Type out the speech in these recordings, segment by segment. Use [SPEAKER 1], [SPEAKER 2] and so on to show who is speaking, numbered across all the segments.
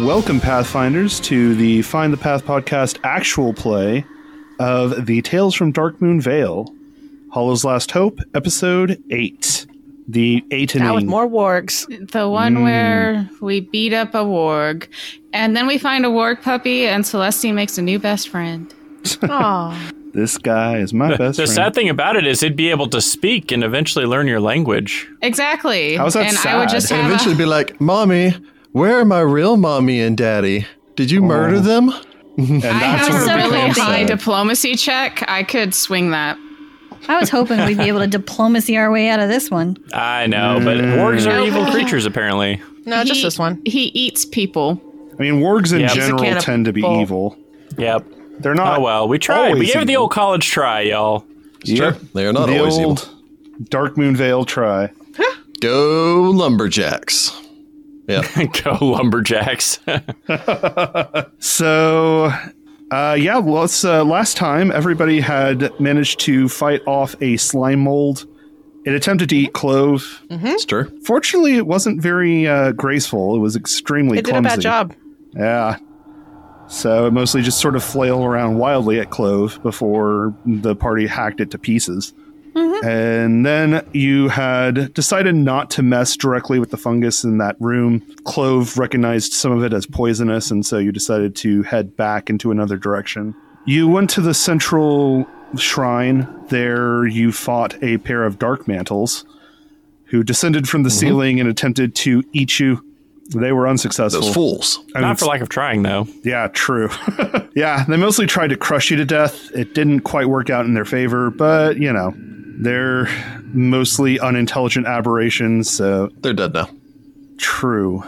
[SPEAKER 1] Welcome, Pathfinders, to the Find the Path podcast actual play of the Tales from Dark Moon Vale, Hollow's Last Hope, episode 8. The
[SPEAKER 2] Now with
[SPEAKER 1] Aitening.
[SPEAKER 2] more wargs.
[SPEAKER 3] The one where
[SPEAKER 1] Mm.
[SPEAKER 3] we beat up a warg, and then we find a warg puppy, and Celestine makes a new best friend.
[SPEAKER 2] Oh,
[SPEAKER 1] this guy is my
[SPEAKER 4] The
[SPEAKER 1] best friend.
[SPEAKER 4] sad thing about it is he'd be able to speak and eventually learn your language.
[SPEAKER 3] Exactly.
[SPEAKER 1] How's that
[SPEAKER 3] And I would
[SPEAKER 1] sad?
[SPEAKER 3] just
[SPEAKER 1] And
[SPEAKER 3] have
[SPEAKER 5] and
[SPEAKER 3] a-
[SPEAKER 5] eventually be like, "Mommy, where are my real mommy and daddy? Did you murder them?"
[SPEAKER 1] and
[SPEAKER 3] I
[SPEAKER 1] that's
[SPEAKER 3] have
[SPEAKER 1] where
[SPEAKER 3] a
[SPEAKER 1] it
[SPEAKER 3] really
[SPEAKER 1] becomes
[SPEAKER 3] high
[SPEAKER 1] sad.
[SPEAKER 3] diplomacy check. I could swing that.
[SPEAKER 6] I was hoping we'd be able to diplomacy our way out of this one.
[SPEAKER 4] I know, but
[SPEAKER 1] Mm.
[SPEAKER 4] wargs are evil creatures, apparently.
[SPEAKER 2] no, just
[SPEAKER 3] He-
[SPEAKER 2] this one.
[SPEAKER 3] He eats people.
[SPEAKER 1] I mean, wargs in
[SPEAKER 4] Yeah, it's a
[SPEAKER 1] general
[SPEAKER 2] cannibal.
[SPEAKER 1] tend to be evil.
[SPEAKER 4] Yep.
[SPEAKER 1] They're not.
[SPEAKER 4] Oh, well, we tried. We
[SPEAKER 1] always
[SPEAKER 4] gave it the
[SPEAKER 1] evil.
[SPEAKER 4] old college try, y'all.
[SPEAKER 1] Yep.
[SPEAKER 5] Sure. They are not
[SPEAKER 1] the
[SPEAKER 5] always evil.
[SPEAKER 1] old Dark Moon Vale try.
[SPEAKER 5] Go lumberjacks. Yeah.
[SPEAKER 4] Go, lumberjacks.
[SPEAKER 1] So, uh, yeah, well, it's, uh, last time everybody had managed to fight off a slime mold. It attempted to eat Clove.
[SPEAKER 3] Hmm?
[SPEAKER 5] It's true.
[SPEAKER 1] Fortunately, it wasn't very uh, graceful. It was extremely
[SPEAKER 2] They did a
[SPEAKER 1] clumsy.
[SPEAKER 2] bad job.
[SPEAKER 1] Yeah. So it mostly just sort of flailed around wildly at Clove before the party hacked it to pieces. And then you had decided not to mess directly with the fungus in that room. Clove recognized some of it as poisonous, and so you decided to head back into another direction. You went to the central shrine. There you fought a pair of dark mantles who descended from the ceiling and attempted to eat you. They were unsuccessful.
[SPEAKER 5] Those fools.
[SPEAKER 1] I mean,
[SPEAKER 4] Not for lack of trying, though.
[SPEAKER 1] yeah, true. yeah, they mostly tried to crush you to death. It didn't quite work out in their favor, but you know, they're mostly unintelligent aberrations, so
[SPEAKER 5] They're dead now.
[SPEAKER 1] true.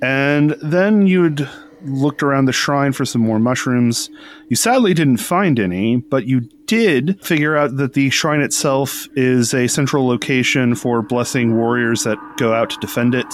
[SPEAKER 1] And then you'd looked around the shrine for some more mushrooms. You sadly didn't find any, but you did figure out that the shrine itself is a central location for blessing warriors that go out to defend it.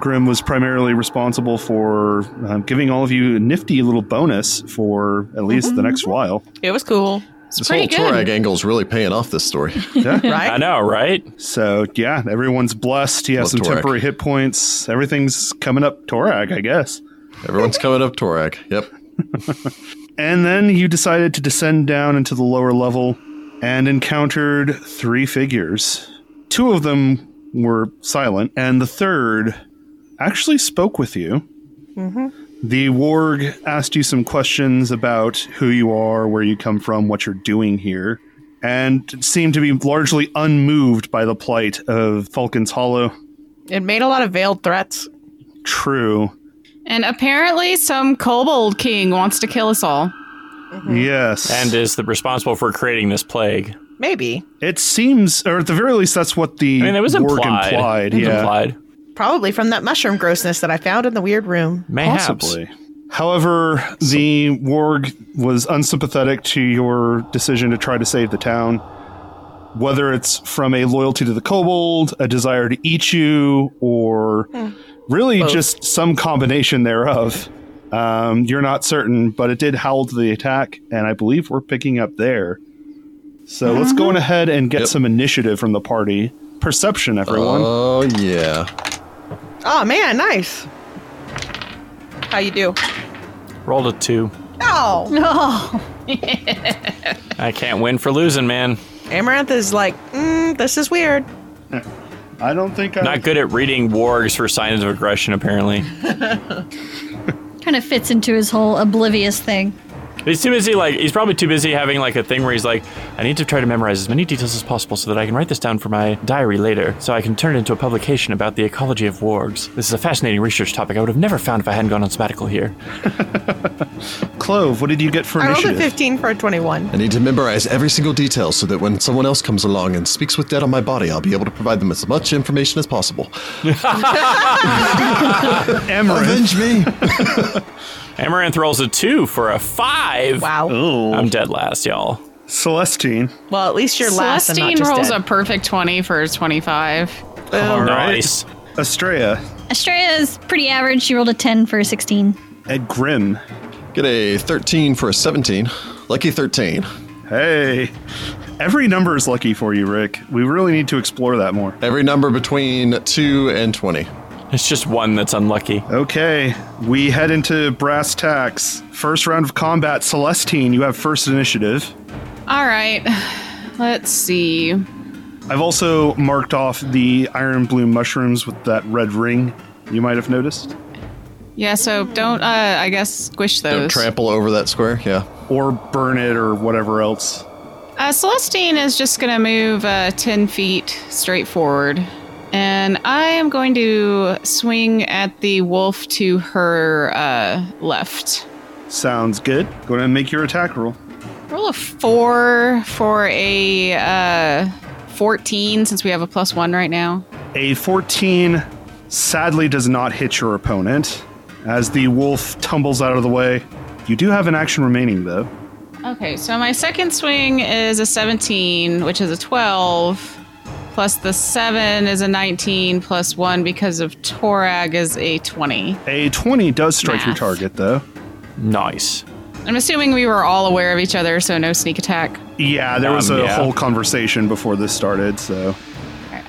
[SPEAKER 1] Grim was primarily responsible for um, giving all of you a nifty little bonus for at least the next while.
[SPEAKER 2] It was cool,
[SPEAKER 5] This whole
[SPEAKER 3] pretty good.
[SPEAKER 5] Torag angle is really paying off this story.
[SPEAKER 1] Yeah.
[SPEAKER 4] I
[SPEAKER 2] right?
[SPEAKER 4] know, right?
[SPEAKER 1] so, yeah, everyone's blessed. He has some
[SPEAKER 5] Love Torag.
[SPEAKER 1] temporary hit points. Everything's coming up Torag, I guess.
[SPEAKER 5] Everyone's coming up Torag. Yep.
[SPEAKER 1] And then you decided to descend down into the lower level and encountered three figures. Two of them were silent, and the third actually spoke with you. The warg asked you some questions about who you are, where you come from, what you're doing here, and seemed to be largely unmoved by the plight of Falcon's Hollow.
[SPEAKER 2] It made a lot of veiled threats.
[SPEAKER 1] True.
[SPEAKER 3] And apparently, some kobold king wants to kill us all.
[SPEAKER 1] Yes.
[SPEAKER 4] And is the responsible for creating this plague.
[SPEAKER 2] Maybe,
[SPEAKER 1] it seems, or at the very least, that's what the
[SPEAKER 4] I mean, it was
[SPEAKER 1] warg
[SPEAKER 4] implied.
[SPEAKER 1] implied.
[SPEAKER 4] It was
[SPEAKER 1] yeah.
[SPEAKER 4] implied.
[SPEAKER 2] probably from that mushroom grossness that I found in the weird room.
[SPEAKER 4] Mayhaps.
[SPEAKER 1] Possibly. However, the warg was unsympathetic to your decision to try to save the town. Whether it's from a loyalty to the kobold, a desire to eat you, or
[SPEAKER 2] Hmm.
[SPEAKER 1] really just some combination thereof, um, you're not certain, but it did howl to the attack, and I believe we're picking up there. So let's
[SPEAKER 2] Mm-hmm.
[SPEAKER 1] go on ahead and get
[SPEAKER 5] Yep.
[SPEAKER 1] some initiative from the party. Perception, everyone.
[SPEAKER 5] Oh yeah.
[SPEAKER 2] Oh man, nice. How you do?
[SPEAKER 4] Rolled a two.
[SPEAKER 2] Oh,
[SPEAKER 6] Oh,
[SPEAKER 4] I can't win for losing, man.
[SPEAKER 2] Amaranth is like, mm, this is weird.
[SPEAKER 1] I don't think I.
[SPEAKER 4] Not good at reading wargs for signs of aggression, apparently.
[SPEAKER 6] kind of fits into his whole oblivious thing.
[SPEAKER 4] He's too busy, like, he's probably too busy having, like, a thing where he's like, I need to try to memorize as many details as possible so that I can write this down for my diary later, so I can turn it into a publication about the ecology of wargs. This is a fascinating research topic I would have never found if I hadn't gone on sabbatical here.
[SPEAKER 1] Clove, what did you get for
[SPEAKER 2] I rolled a
[SPEAKER 1] initiative?
[SPEAKER 2] 15 for a 21.
[SPEAKER 5] I need to memorize every single detail so that when someone else comes along and speaks with dead on my body, I'll be able to provide them as much information as possible.
[SPEAKER 1] Amaranth.
[SPEAKER 5] Avenge me.
[SPEAKER 4] Amaranth rolls a two for a five.
[SPEAKER 2] Wow.
[SPEAKER 4] I'm dead last, y'all.
[SPEAKER 1] Celestine.
[SPEAKER 2] Well, at least you're last and not
[SPEAKER 3] Celestine
[SPEAKER 2] just
[SPEAKER 3] rolls
[SPEAKER 2] dead.
[SPEAKER 3] a perfect 20 for his 25.
[SPEAKER 1] All right.
[SPEAKER 4] Nice.
[SPEAKER 1] Astrea.
[SPEAKER 6] Estrella is pretty average. She rolled a 10 for a 16.
[SPEAKER 1] Ed Grimm.
[SPEAKER 5] Get a 13 for a 17. Lucky 13.
[SPEAKER 1] Hey. Every number is lucky for you, Rick. We really need to explore that more.
[SPEAKER 5] Every number between 2 and 20.
[SPEAKER 4] It's just one that's unlucky.
[SPEAKER 1] Okay, we head into brass tacks. First round of combat, Celestine, you have first initiative.
[SPEAKER 3] All right. Let's see.
[SPEAKER 1] I've also marked off the iron bloom mushrooms with that red ring you might have noticed.
[SPEAKER 3] Yeah, so don't, uh, I guess, squish those.
[SPEAKER 5] Don't trample over that square. Yeah.
[SPEAKER 1] Or burn it or whatever else.
[SPEAKER 3] Uh, Celestine is just going to move uh, 10 feet straight forward. And I am going to swing at the wolf to her uh, left.
[SPEAKER 1] Sounds good. Go ahead and make your attack roll.
[SPEAKER 3] Roll a four for a uh, 14 since we have a plus one right now.
[SPEAKER 1] A 14 sadly does not hit your opponent as the wolf tumbles out of the way. You do have an action remaining though.
[SPEAKER 3] Okay, so my second swing is a 17, which is a 12, plus the 7 is a 19, plus 1 because of Torag is a 20.
[SPEAKER 1] A 20 does strike your
[SPEAKER 3] Math.
[SPEAKER 1] target though.
[SPEAKER 4] Nice.
[SPEAKER 3] I'm assuming we were all aware of each other, so no sneak attack.
[SPEAKER 1] Yeah, there was
[SPEAKER 4] Um,
[SPEAKER 1] a
[SPEAKER 4] yeah.
[SPEAKER 1] whole conversation before this started, so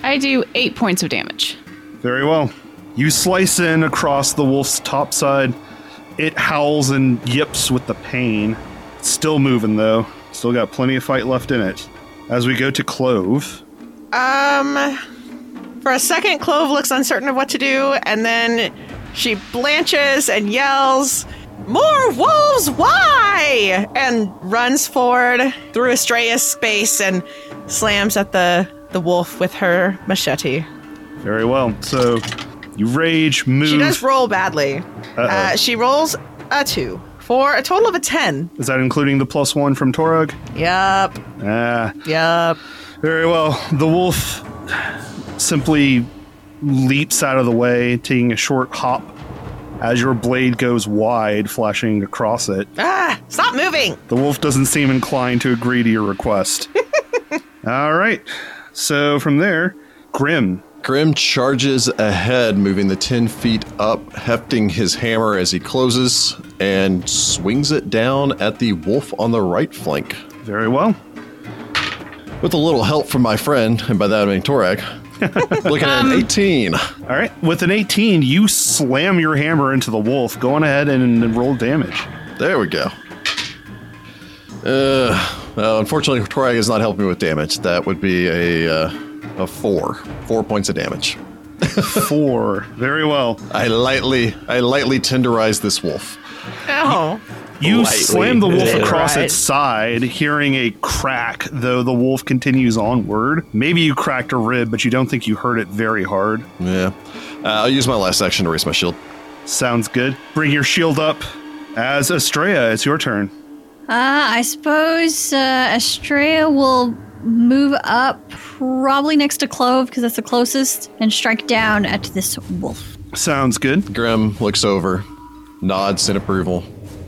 [SPEAKER 3] I do 8 points of damage.
[SPEAKER 1] Very well. You slice in across the wolf's top side. It howls and yips with the pain. It's still moving though. Still got plenty of fight left in it. As we go to Clove,
[SPEAKER 2] Um, for a second, Clove looks uncertain of what to do, and then she blanches and yells, "More wolves! Why?" and runs forward through Astraea's space and slams at the the wolf with her machete.
[SPEAKER 1] very well. So you rage, move.
[SPEAKER 2] She
[SPEAKER 5] Mm.
[SPEAKER 2] does roll badly. Uh, she rolls a two for a total of a ten.
[SPEAKER 1] Is that including the plus one from Torog?
[SPEAKER 2] Yup,
[SPEAKER 1] Ah,
[SPEAKER 2] yup.
[SPEAKER 1] Very well. The wolf simply leaps out of the way, taking a short hop as your blade goes wide, flashing across it.
[SPEAKER 2] Ah, stop moving.
[SPEAKER 1] The wolf doesn't seem inclined to agree to your request. All right. So from there, Grim.
[SPEAKER 5] Grim charges ahead, moving the 10 feet up, hefting his hammer as he closes, and swings it down at the wolf on the right flank.
[SPEAKER 1] Very well.
[SPEAKER 5] With a little help from my friend, and by that I mean Torag, looking at an 18.
[SPEAKER 1] All right. With an 18, you slam your hammer into the wolf. Go on ahead and, and roll damage.
[SPEAKER 5] There we go. Uh, well, unfortunately, Torag is not helping me with damage. That would be a, uh, a four. Four points of damage.
[SPEAKER 1] Four. Very well.
[SPEAKER 5] I lightly, I lightly tenderize this wolf.
[SPEAKER 2] Oh,
[SPEAKER 1] You
[SPEAKER 4] Lightly.
[SPEAKER 1] slam the wolf
[SPEAKER 4] Yeah.
[SPEAKER 1] across
[SPEAKER 2] Right.
[SPEAKER 1] its side, hearing a crack, though the wolf continues onward. Maybe you cracked a rib, but you don't think you hurt it very hard.
[SPEAKER 5] Yeah. Uh, I'll use my last action to raise my shield.
[SPEAKER 1] Sounds good. Bring your shield up. As Estrella, it's your turn.
[SPEAKER 6] Uh, I suppose uh, Estrella will move up, probably next to Clove, because that's the closest, and strike down at this wolf.
[SPEAKER 1] Sounds good.
[SPEAKER 5] Grim looks over, nods in approval,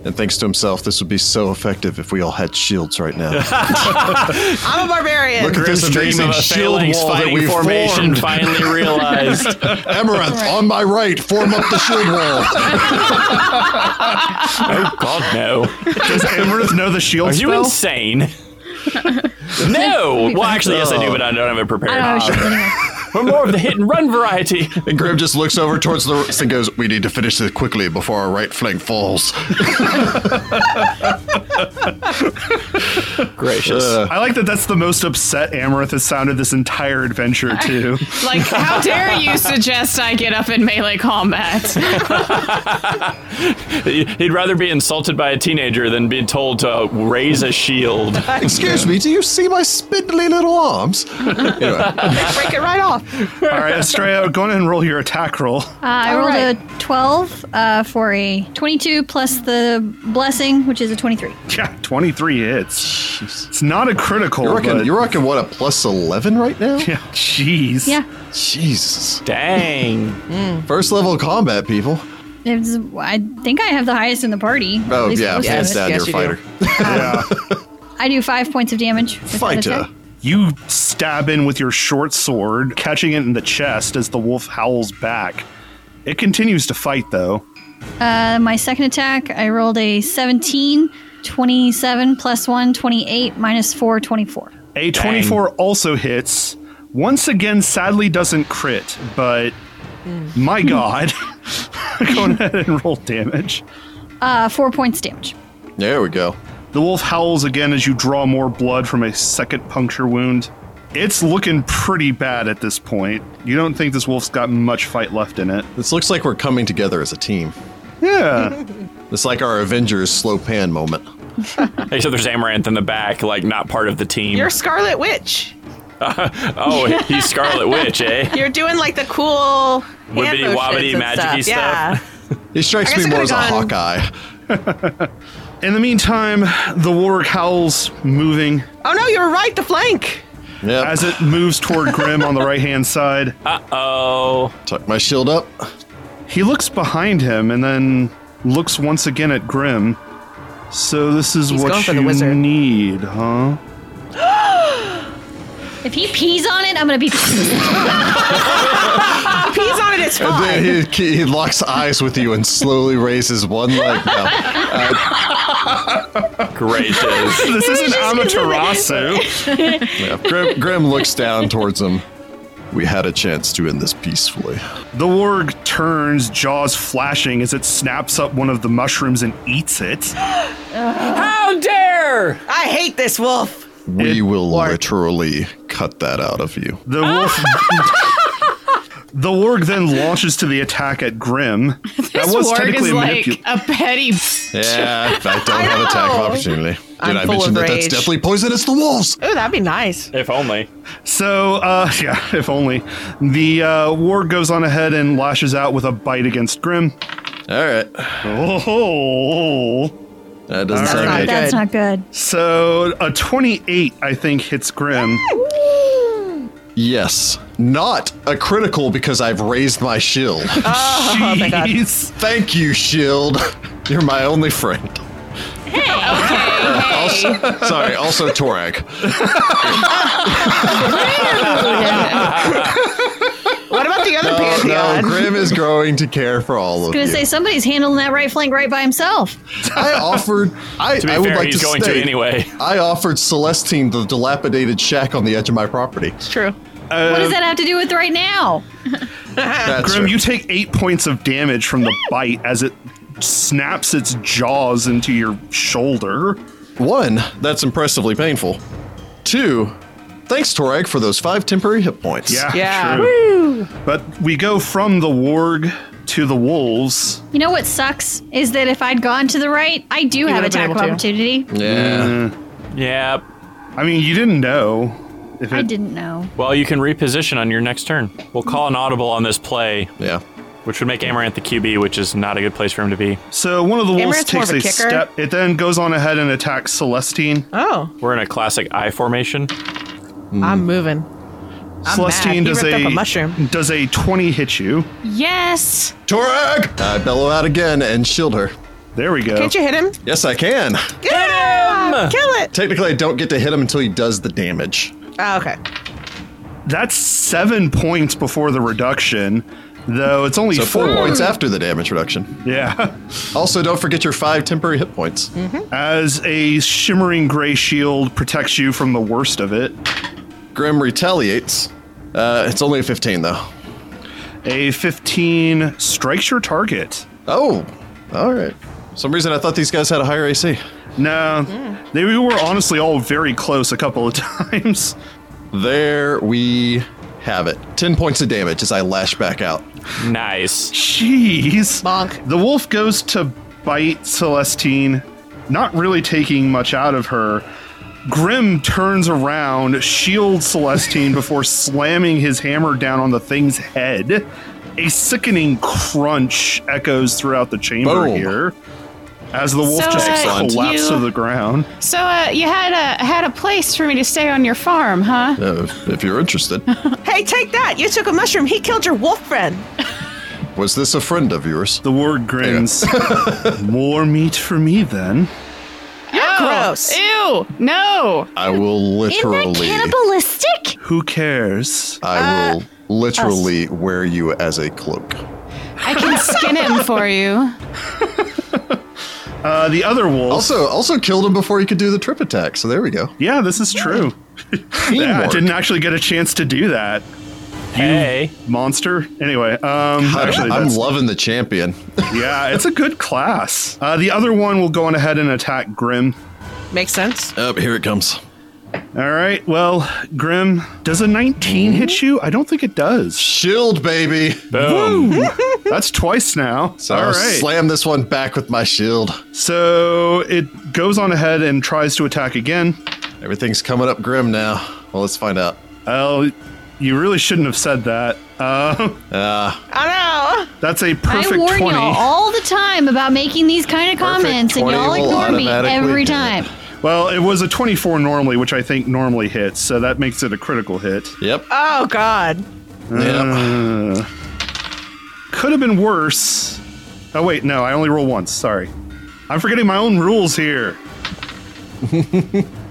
[SPEAKER 5] and thinks to himself, this would be so effective if we all had shields right now.
[SPEAKER 2] I'm a barbarian.
[SPEAKER 5] Look at this amazing shield wall that we've
[SPEAKER 4] formation
[SPEAKER 5] formed.
[SPEAKER 4] finally realized.
[SPEAKER 5] Amaranth, on my right, form up the shield wall.
[SPEAKER 4] oh God, no!
[SPEAKER 1] Does Amaranth know the shield
[SPEAKER 4] Are you
[SPEAKER 1] spell?
[SPEAKER 4] insane? no. Well, actually, yes, I do, but I don't have it prepared.
[SPEAKER 6] I don't know. shit, anyway.
[SPEAKER 4] We're more of the hit and run variety.
[SPEAKER 5] And Grim just looks over towards the rest and goes, we need to finish this quickly before our right flank falls.
[SPEAKER 4] Gracious.
[SPEAKER 5] Uh,
[SPEAKER 1] I like that that's the most upset Amaranth has sounded this entire adventure, too.
[SPEAKER 3] Like, how dare you suggest I get up in melee combat?
[SPEAKER 4] He'd rather be insulted by a teenager than be told to raise a shield.
[SPEAKER 5] Excuse me, do you see my spindly little arms? Anyway,
[SPEAKER 2] break it right off.
[SPEAKER 1] All right, Estrella, go on and roll your attack roll.
[SPEAKER 6] Uh, I rolled a 12 uh, for a 22 plus the blessing, which is a 23.
[SPEAKER 1] Yeah, 23 hits. It's not a critical,
[SPEAKER 5] you're, rocking,
[SPEAKER 1] but-
[SPEAKER 5] you're rocking, what, a plus 11 right now?
[SPEAKER 1] yeah, jeez.
[SPEAKER 6] Yeah.
[SPEAKER 5] Jesus.
[SPEAKER 4] Dang.
[SPEAKER 5] First level combat, people.
[SPEAKER 6] It was- I think I have the highest in the party.
[SPEAKER 5] Oh,
[SPEAKER 6] At least
[SPEAKER 5] yeah,
[SPEAKER 6] most of
[SPEAKER 5] hands
[SPEAKER 6] it.
[SPEAKER 5] down,
[SPEAKER 2] yes,
[SPEAKER 5] you're a
[SPEAKER 2] you do.
[SPEAKER 5] fighter.
[SPEAKER 1] Yeah.
[SPEAKER 6] I do five points of damage. with that
[SPEAKER 5] Fighter.
[SPEAKER 6] attack.
[SPEAKER 1] You stab in with your short sword, catching it in the chest as the wolf howls back. It continues to fight, though.
[SPEAKER 6] Uh, my second attack, I rolled a 17, 27 plus 1, 28, minus 4, 24.
[SPEAKER 1] A24 also hits. Once again, sadly doesn't crit, but My God. Go ahead and roll damage.
[SPEAKER 6] Uh, four points damage.
[SPEAKER 5] There we go.
[SPEAKER 1] The wolf howls again as you draw more blood from a second puncture wound. It's looking pretty bad at this point. You don't think this wolf's got much fight left in it.
[SPEAKER 5] This looks like we're coming together as a team.
[SPEAKER 1] Yeah.
[SPEAKER 5] It's like our Avengers slow pan moment.
[SPEAKER 4] Except there's Amaranth in the back, like not part of the team.
[SPEAKER 2] You're Scarlet Witch.
[SPEAKER 4] oh, he's Scarlet Witch, eh?
[SPEAKER 2] You're doing like the cool hand
[SPEAKER 4] Wibbity
[SPEAKER 2] motions
[SPEAKER 4] wobbity
[SPEAKER 2] and
[SPEAKER 4] magic-y
[SPEAKER 2] stuff. Yeah.
[SPEAKER 5] He
[SPEAKER 2] I
[SPEAKER 5] strikes
[SPEAKER 2] guess
[SPEAKER 5] me
[SPEAKER 2] I
[SPEAKER 5] more as
[SPEAKER 2] could've
[SPEAKER 5] a
[SPEAKER 2] gone-
[SPEAKER 5] Hawkeye.
[SPEAKER 1] In the meantime, the warwick howls, moving
[SPEAKER 2] Oh no, you're right. The flank.
[SPEAKER 5] Yep.
[SPEAKER 1] as it moves toward Grim on the right hand side.
[SPEAKER 4] Uh oh.
[SPEAKER 5] Tuck my shield up.
[SPEAKER 1] He looks behind him and then looks once again at Grim. So this is
[SPEAKER 2] He's going
[SPEAKER 1] what
[SPEAKER 2] for the
[SPEAKER 1] you
[SPEAKER 2] wizard.
[SPEAKER 1] need, huh?
[SPEAKER 6] If he pees on it, I'm gonna be.
[SPEAKER 2] If he's on it. It's
[SPEAKER 5] And
[SPEAKER 2] fine.
[SPEAKER 5] then he, he locks eyes with you and slowly raises one leg up.
[SPEAKER 4] Gracious.
[SPEAKER 1] This isn't Amaterasu.
[SPEAKER 5] Yeah. Grim, Grim looks down towards him. We had a chance to end this peacefully.
[SPEAKER 1] The warg turns, jaws flashing as it snaps up one of the mushrooms and eats it.
[SPEAKER 4] How dare!
[SPEAKER 2] I hate this wolf.
[SPEAKER 5] We
[SPEAKER 1] It
[SPEAKER 5] will
[SPEAKER 1] worked.
[SPEAKER 5] literally cut that out of you.
[SPEAKER 1] The wolf. the warg then launches to the attack at Grim. that
[SPEAKER 3] This warg is
[SPEAKER 1] a
[SPEAKER 3] like
[SPEAKER 1] manipu-
[SPEAKER 3] a petty.
[SPEAKER 5] Yeah, I don't have attack of opportunity. Did
[SPEAKER 2] I'm
[SPEAKER 5] I
[SPEAKER 2] full
[SPEAKER 5] mention
[SPEAKER 2] of
[SPEAKER 5] that
[SPEAKER 2] rage.
[SPEAKER 5] that's definitely poisonous to wolves?
[SPEAKER 2] Ooh, that'd be nice.
[SPEAKER 4] If only.
[SPEAKER 1] So, uh, yeah, if only. The uh, warg goes on ahead and lashes out with a bite against Grim.
[SPEAKER 5] All right.
[SPEAKER 1] Oh.
[SPEAKER 5] That doesn't
[SPEAKER 1] That's
[SPEAKER 5] sound
[SPEAKER 1] not
[SPEAKER 5] good.
[SPEAKER 1] bad.
[SPEAKER 6] That's not good.
[SPEAKER 1] So, a 28, I think, hits Grim.
[SPEAKER 5] Yes. Not a critical because I've raised my shield.
[SPEAKER 2] Oh, my God.
[SPEAKER 1] Jeez.
[SPEAKER 5] Thank you, shield. You're my only friend. Hey. Also, sorry. Also, Torag.
[SPEAKER 2] What about the other
[SPEAKER 5] Oh, no,
[SPEAKER 2] pantheon?
[SPEAKER 5] Grim is growing to care for all of
[SPEAKER 6] I
[SPEAKER 5] you.
[SPEAKER 6] was gonna say somebody's handling that right flank right by himself.
[SPEAKER 5] I offered. I,
[SPEAKER 4] To be
[SPEAKER 5] I would
[SPEAKER 4] fair,
[SPEAKER 5] like
[SPEAKER 4] he's
[SPEAKER 5] to
[SPEAKER 4] going
[SPEAKER 5] state,
[SPEAKER 4] to anyway.
[SPEAKER 5] I offered Celestine the dilapidated shack on the edge of my property.
[SPEAKER 2] It's true.
[SPEAKER 6] what
[SPEAKER 5] Uh,
[SPEAKER 6] does that have to do with right now?
[SPEAKER 5] That's
[SPEAKER 1] Grim,
[SPEAKER 5] right.
[SPEAKER 1] you take eight points of damage from the bite as it snaps its jaws into your shoulder.
[SPEAKER 5] One, that's impressively painful. Two, thanks, Torag, for those five temporary hit points.
[SPEAKER 1] Yeah,
[SPEAKER 2] Yeah.
[SPEAKER 1] true. But we go from the warg to the wolves.
[SPEAKER 6] You know what sucks is that if I'd gone to the right, I do have
[SPEAKER 2] would've been
[SPEAKER 6] attack of
[SPEAKER 2] able to.
[SPEAKER 6] opportunity.
[SPEAKER 5] Yeah.
[SPEAKER 4] Yeah.
[SPEAKER 1] I mean, you didn't know. If
[SPEAKER 6] I
[SPEAKER 1] it-
[SPEAKER 6] didn't know.
[SPEAKER 4] Well, you can reposition on your next turn. We'll call an audible on this play,
[SPEAKER 5] Yeah.
[SPEAKER 4] which would make Amaranth the QB, which is not a good place for him to be.
[SPEAKER 1] So one of the wolves
[SPEAKER 2] Amaranth's more
[SPEAKER 1] takes
[SPEAKER 2] of
[SPEAKER 1] a,
[SPEAKER 2] a kicker.
[SPEAKER 1] step. It then goes on ahead and attacks Celestine.
[SPEAKER 2] Oh,
[SPEAKER 4] We're in a classic I formation. Hmm.
[SPEAKER 2] I'm moving. I'm
[SPEAKER 1] Celestine
[SPEAKER 2] mad. He
[SPEAKER 1] does
[SPEAKER 2] ripped
[SPEAKER 1] a,
[SPEAKER 2] up a mushroom.
[SPEAKER 1] does a 20 hit you.
[SPEAKER 3] Yes.
[SPEAKER 5] Torag! I bellow out again and shield her.
[SPEAKER 1] There we go.
[SPEAKER 2] Can't you hit him?
[SPEAKER 5] Yes, I can.
[SPEAKER 2] Yeah, Kill it.
[SPEAKER 5] Technically, I don't get to hit him until he does the damage.
[SPEAKER 2] Oh, okay.
[SPEAKER 1] That's seven points before the reduction, though it's only
[SPEAKER 5] So
[SPEAKER 1] four.
[SPEAKER 5] four points after the damage reduction.
[SPEAKER 1] Yeah.
[SPEAKER 5] Also, don't forget your five temporary hit points.
[SPEAKER 1] As a shimmering gray shield protects you from the worst of it,
[SPEAKER 5] Grim retaliates. Uh, it's only a 15, though.
[SPEAKER 1] a 15 strikes your target.
[SPEAKER 5] Oh, all right. For some reason, I thought these guys had a higher AC.
[SPEAKER 1] No,
[SPEAKER 2] Hmm.
[SPEAKER 1] they were honestly all very close a couple of times.
[SPEAKER 5] There we have it. 10 points of damage as I lash back out.
[SPEAKER 4] Nice.
[SPEAKER 1] Jeez.
[SPEAKER 2] Bonk.
[SPEAKER 1] The wolf goes to bite Celestine, not really taking much out of her. Grim turns around, shields Celestine before slamming his hammer down on the thing's head. A sickening crunch echoes throughout the chamber
[SPEAKER 5] Boom.
[SPEAKER 1] here as the wolf
[SPEAKER 3] So,
[SPEAKER 1] just
[SPEAKER 3] uh,
[SPEAKER 1] collapses
[SPEAKER 3] you-
[SPEAKER 1] to the ground.
[SPEAKER 3] So uh, you had a had a place for me to stay on your farm, huh?
[SPEAKER 5] Uh, if- if you're interested,
[SPEAKER 2] Hey, take that. You took a mushroom. He killed your wolf friend.
[SPEAKER 5] was this a friend of yours?
[SPEAKER 1] The ward grins. More meat for me then.
[SPEAKER 2] gross.
[SPEAKER 3] Oh, Ew. No.
[SPEAKER 5] I will
[SPEAKER 6] Isn't that
[SPEAKER 5] literally.
[SPEAKER 6] cannibalistic?
[SPEAKER 1] Who cares?
[SPEAKER 5] I
[SPEAKER 1] Uh,
[SPEAKER 5] will literally wear you as a cloak.
[SPEAKER 3] I can skin him for you.
[SPEAKER 1] Uh, the other wolf.
[SPEAKER 5] Also, also killed him before he could do the trip attack. So there we go.
[SPEAKER 1] yeah, this is true. Yeah, I
[SPEAKER 5] Teamwork.
[SPEAKER 1] didn't actually get a chance to do that.
[SPEAKER 4] Hey.
[SPEAKER 1] monster. Anyway, um, actually,
[SPEAKER 5] I'm
[SPEAKER 1] that's-
[SPEAKER 5] loving the champion.
[SPEAKER 1] yeah, it's a good class. Uh, the other one will go on ahead and attack Grim.
[SPEAKER 2] Makes sense.
[SPEAKER 5] oh, here it comes.
[SPEAKER 1] All right, well, Grim, does a 19
[SPEAKER 5] Hmm?
[SPEAKER 1] hit you? I don't think it does.
[SPEAKER 5] Shield, baby.
[SPEAKER 4] Boom.
[SPEAKER 1] That's twice now.
[SPEAKER 5] So
[SPEAKER 1] All
[SPEAKER 5] I'll
[SPEAKER 1] right.
[SPEAKER 5] slam this one back with my shield.
[SPEAKER 1] so it goes on ahead and tries to attack again.
[SPEAKER 5] Everything's coming up grim now. Well, let's find out.
[SPEAKER 1] Oh, you really shouldn't have said that. Uh,
[SPEAKER 5] Uh,
[SPEAKER 2] I know.
[SPEAKER 1] that's a
[SPEAKER 6] I
[SPEAKER 1] perfect
[SPEAKER 6] warn
[SPEAKER 1] 20.
[SPEAKER 6] y'all all the time about making these kind of comments, and
[SPEAKER 5] 20
[SPEAKER 6] y'all
[SPEAKER 5] will
[SPEAKER 6] ignore me
[SPEAKER 5] automatically
[SPEAKER 6] every
[SPEAKER 5] do it.
[SPEAKER 6] time.
[SPEAKER 1] Well, it was a 24 normally, which I think normally hits, so that makes it a critical hit.
[SPEAKER 5] yep.
[SPEAKER 1] Uh,
[SPEAKER 2] Oh God.
[SPEAKER 5] yep.
[SPEAKER 1] Could have been worse. Oh, wait, no, I only roll once. Sorry. I'm forgetting my own rules here.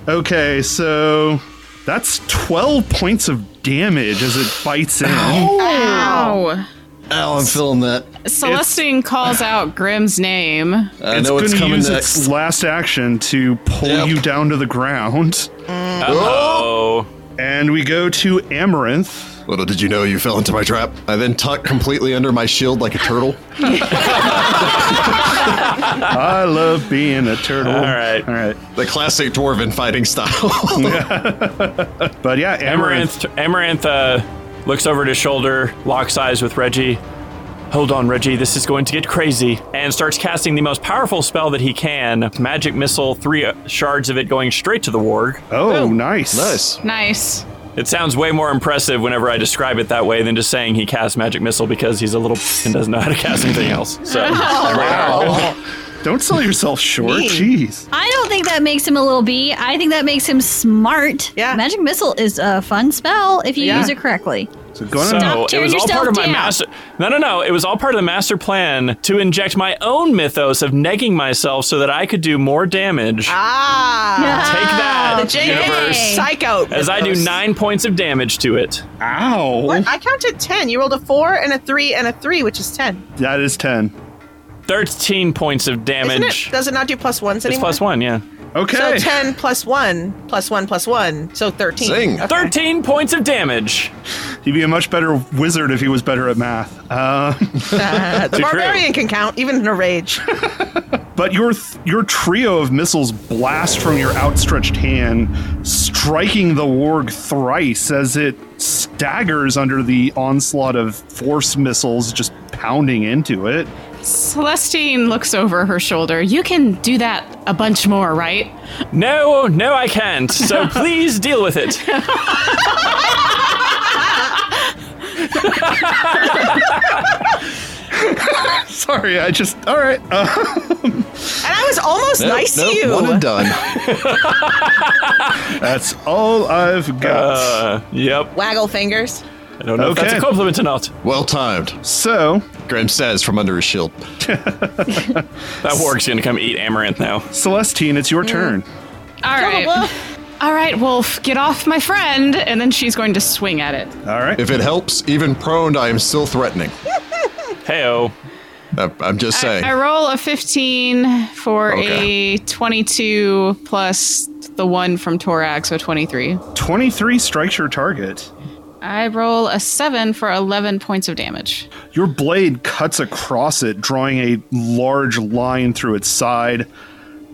[SPEAKER 1] okay, so that's 12 points of damage as it bites in.
[SPEAKER 2] Oh.
[SPEAKER 3] Ow.
[SPEAKER 5] Ow, I'm feeling that.
[SPEAKER 3] Celestine calls out Grimm's name.
[SPEAKER 5] I
[SPEAKER 1] it's
[SPEAKER 5] know it's
[SPEAKER 1] gonna
[SPEAKER 5] coming
[SPEAKER 1] use
[SPEAKER 5] next.
[SPEAKER 1] its last action to pull
[SPEAKER 5] Yep.
[SPEAKER 1] you down to the ground.
[SPEAKER 4] Oh.
[SPEAKER 1] And we go to Amaranth.
[SPEAKER 5] Little did you know you fell into my trap. I then tucked completely under my shield like a turtle.
[SPEAKER 1] I love being a turtle.
[SPEAKER 4] All right.
[SPEAKER 1] All right.
[SPEAKER 5] The classic dwarven fighting style.
[SPEAKER 1] But yeah, Amaranth.
[SPEAKER 4] Amaranth, Amaranth uh, looks over at his shoulder, locks eyes with Reggie. Hold on, Reggie, this is going to get crazy. And starts casting the most powerful spell that he can Magic Missile, three uh, shards of it going straight to the warg.
[SPEAKER 1] Oh, nice.
[SPEAKER 5] nice.
[SPEAKER 3] Nice.
[SPEAKER 4] It sounds way more impressive whenever I describe it that way than just saying he casts Magic Missile because he's a little and doesn't know how to cast anything else. So,
[SPEAKER 1] Don't sell yourself short.
[SPEAKER 2] Mean.
[SPEAKER 1] Jeez.
[SPEAKER 6] I don't think that makes him a little bee. I think that makes him smart.
[SPEAKER 2] Yeah.
[SPEAKER 6] Magic missile is a fun spell if you
[SPEAKER 2] Yeah.
[SPEAKER 6] use it correctly.
[SPEAKER 1] So go on.
[SPEAKER 4] so it
[SPEAKER 6] tearing
[SPEAKER 4] was all
[SPEAKER 6] yourself
[SPEAKER 4] part of my
[SPEAKER 6] down.
[SPEAKER 4] master. No, no, no. It was all part of the master plan to inject my own mythos of negging myself so that I could do more damage.
[SPEAKER 2] Ah.
[SPEAKER 4] Take that,
[SPEAKER 2] The J
[SPEAKER 4] universe.
[SPEAKER 2] Psycho.
[SPEAKER 4] as I do nine points of damage to it.
[SPEAKER 1] Ow.
[SPEAKER 2] What? I counted ten. You rolled a four and a three and a three, which is ten.
[SPEAKER 1] That is 10.
[SPEAKER 4] 13 points of
[SPEAKER 2] Isn't
[SPEAKER 4] damage.
[SPEAKER 2] it? Does it not do plus ones
[SPEAKER 4] it's
[SPEAKER 2] anymore?
[SPEAKER 4] plus one, yeah.
[SPEAKER 1] Okay.
[SPEAKER 2] So ten plus one plus one plus one. So thirteen.
[SPEAKER 5] Zing.
[SPEAKER 4] 13 points of damage.
[SPEAKER 1] He'd be a much better wizard if he was better at math. Uh,
[SPEAKER 2] the barbarian can count, even in a rage.
[SPEAKER 1] but your th- your trio of missiles blast from your outstretched hand, striking the warg thrice as it staggers under the onslaught of force missiles just pounding into it.
[SPEAKER 3] Celestine looks over her shoulder. You can do that a bunch more, right?
[SPEAKER 4] No, no, I can't. So please deal with it.
[SPEAKER 1] Sorry, I just all right. Uh,
[SPEAKER 2] And I was almost
[SPEAKER 5] Nope,
[SPEAKER 2] nice
[SPEAKER 5] nope,
[SPEAKER 2] to you.
[SPEAKER 5] One and done.
[SPEAKER 1] that's all I've got.
[SPEAKER 4] Uh, yep.
[SPEAKER 2] Waggle fingers.
[SPEAKER 4] I don't know if
[SPEAKER 1] Okay.
[SPEAKER 4] that's a compliment or not.
[SPEAKER 5] well timed.
[SPEAKER 1] so
[SPEAKER 5] Grim says from under his shield.
[SPEAKER 4] That warg's gonna come eat Amaranth now.
[SPEAKER 1] Celestine, it's your turn.
[SPEAKER 3] All right. All right, Wolf, get off my friend. And then she's going to swing at it.
[SPEAKER 1] All right.
[SPEAKER 5] If it helps, even prone, I am still threatening.
[SPEAKER 4] Heyo.
[SPEAKER 5] I- I'm just saying.
[SPEAKER 3] I roll a 15 for
[SPEAKER 5] Okay.
[SPEAKER 3] a 22 plus the one from Torax, so 23.
[SPEAKER 1] 23 strikes your target.
[SPEAKER 3] I roll a 7 for 11 points of damage.
[SPEAKER 1] Your blade cuts across it, drawing a large line through its side.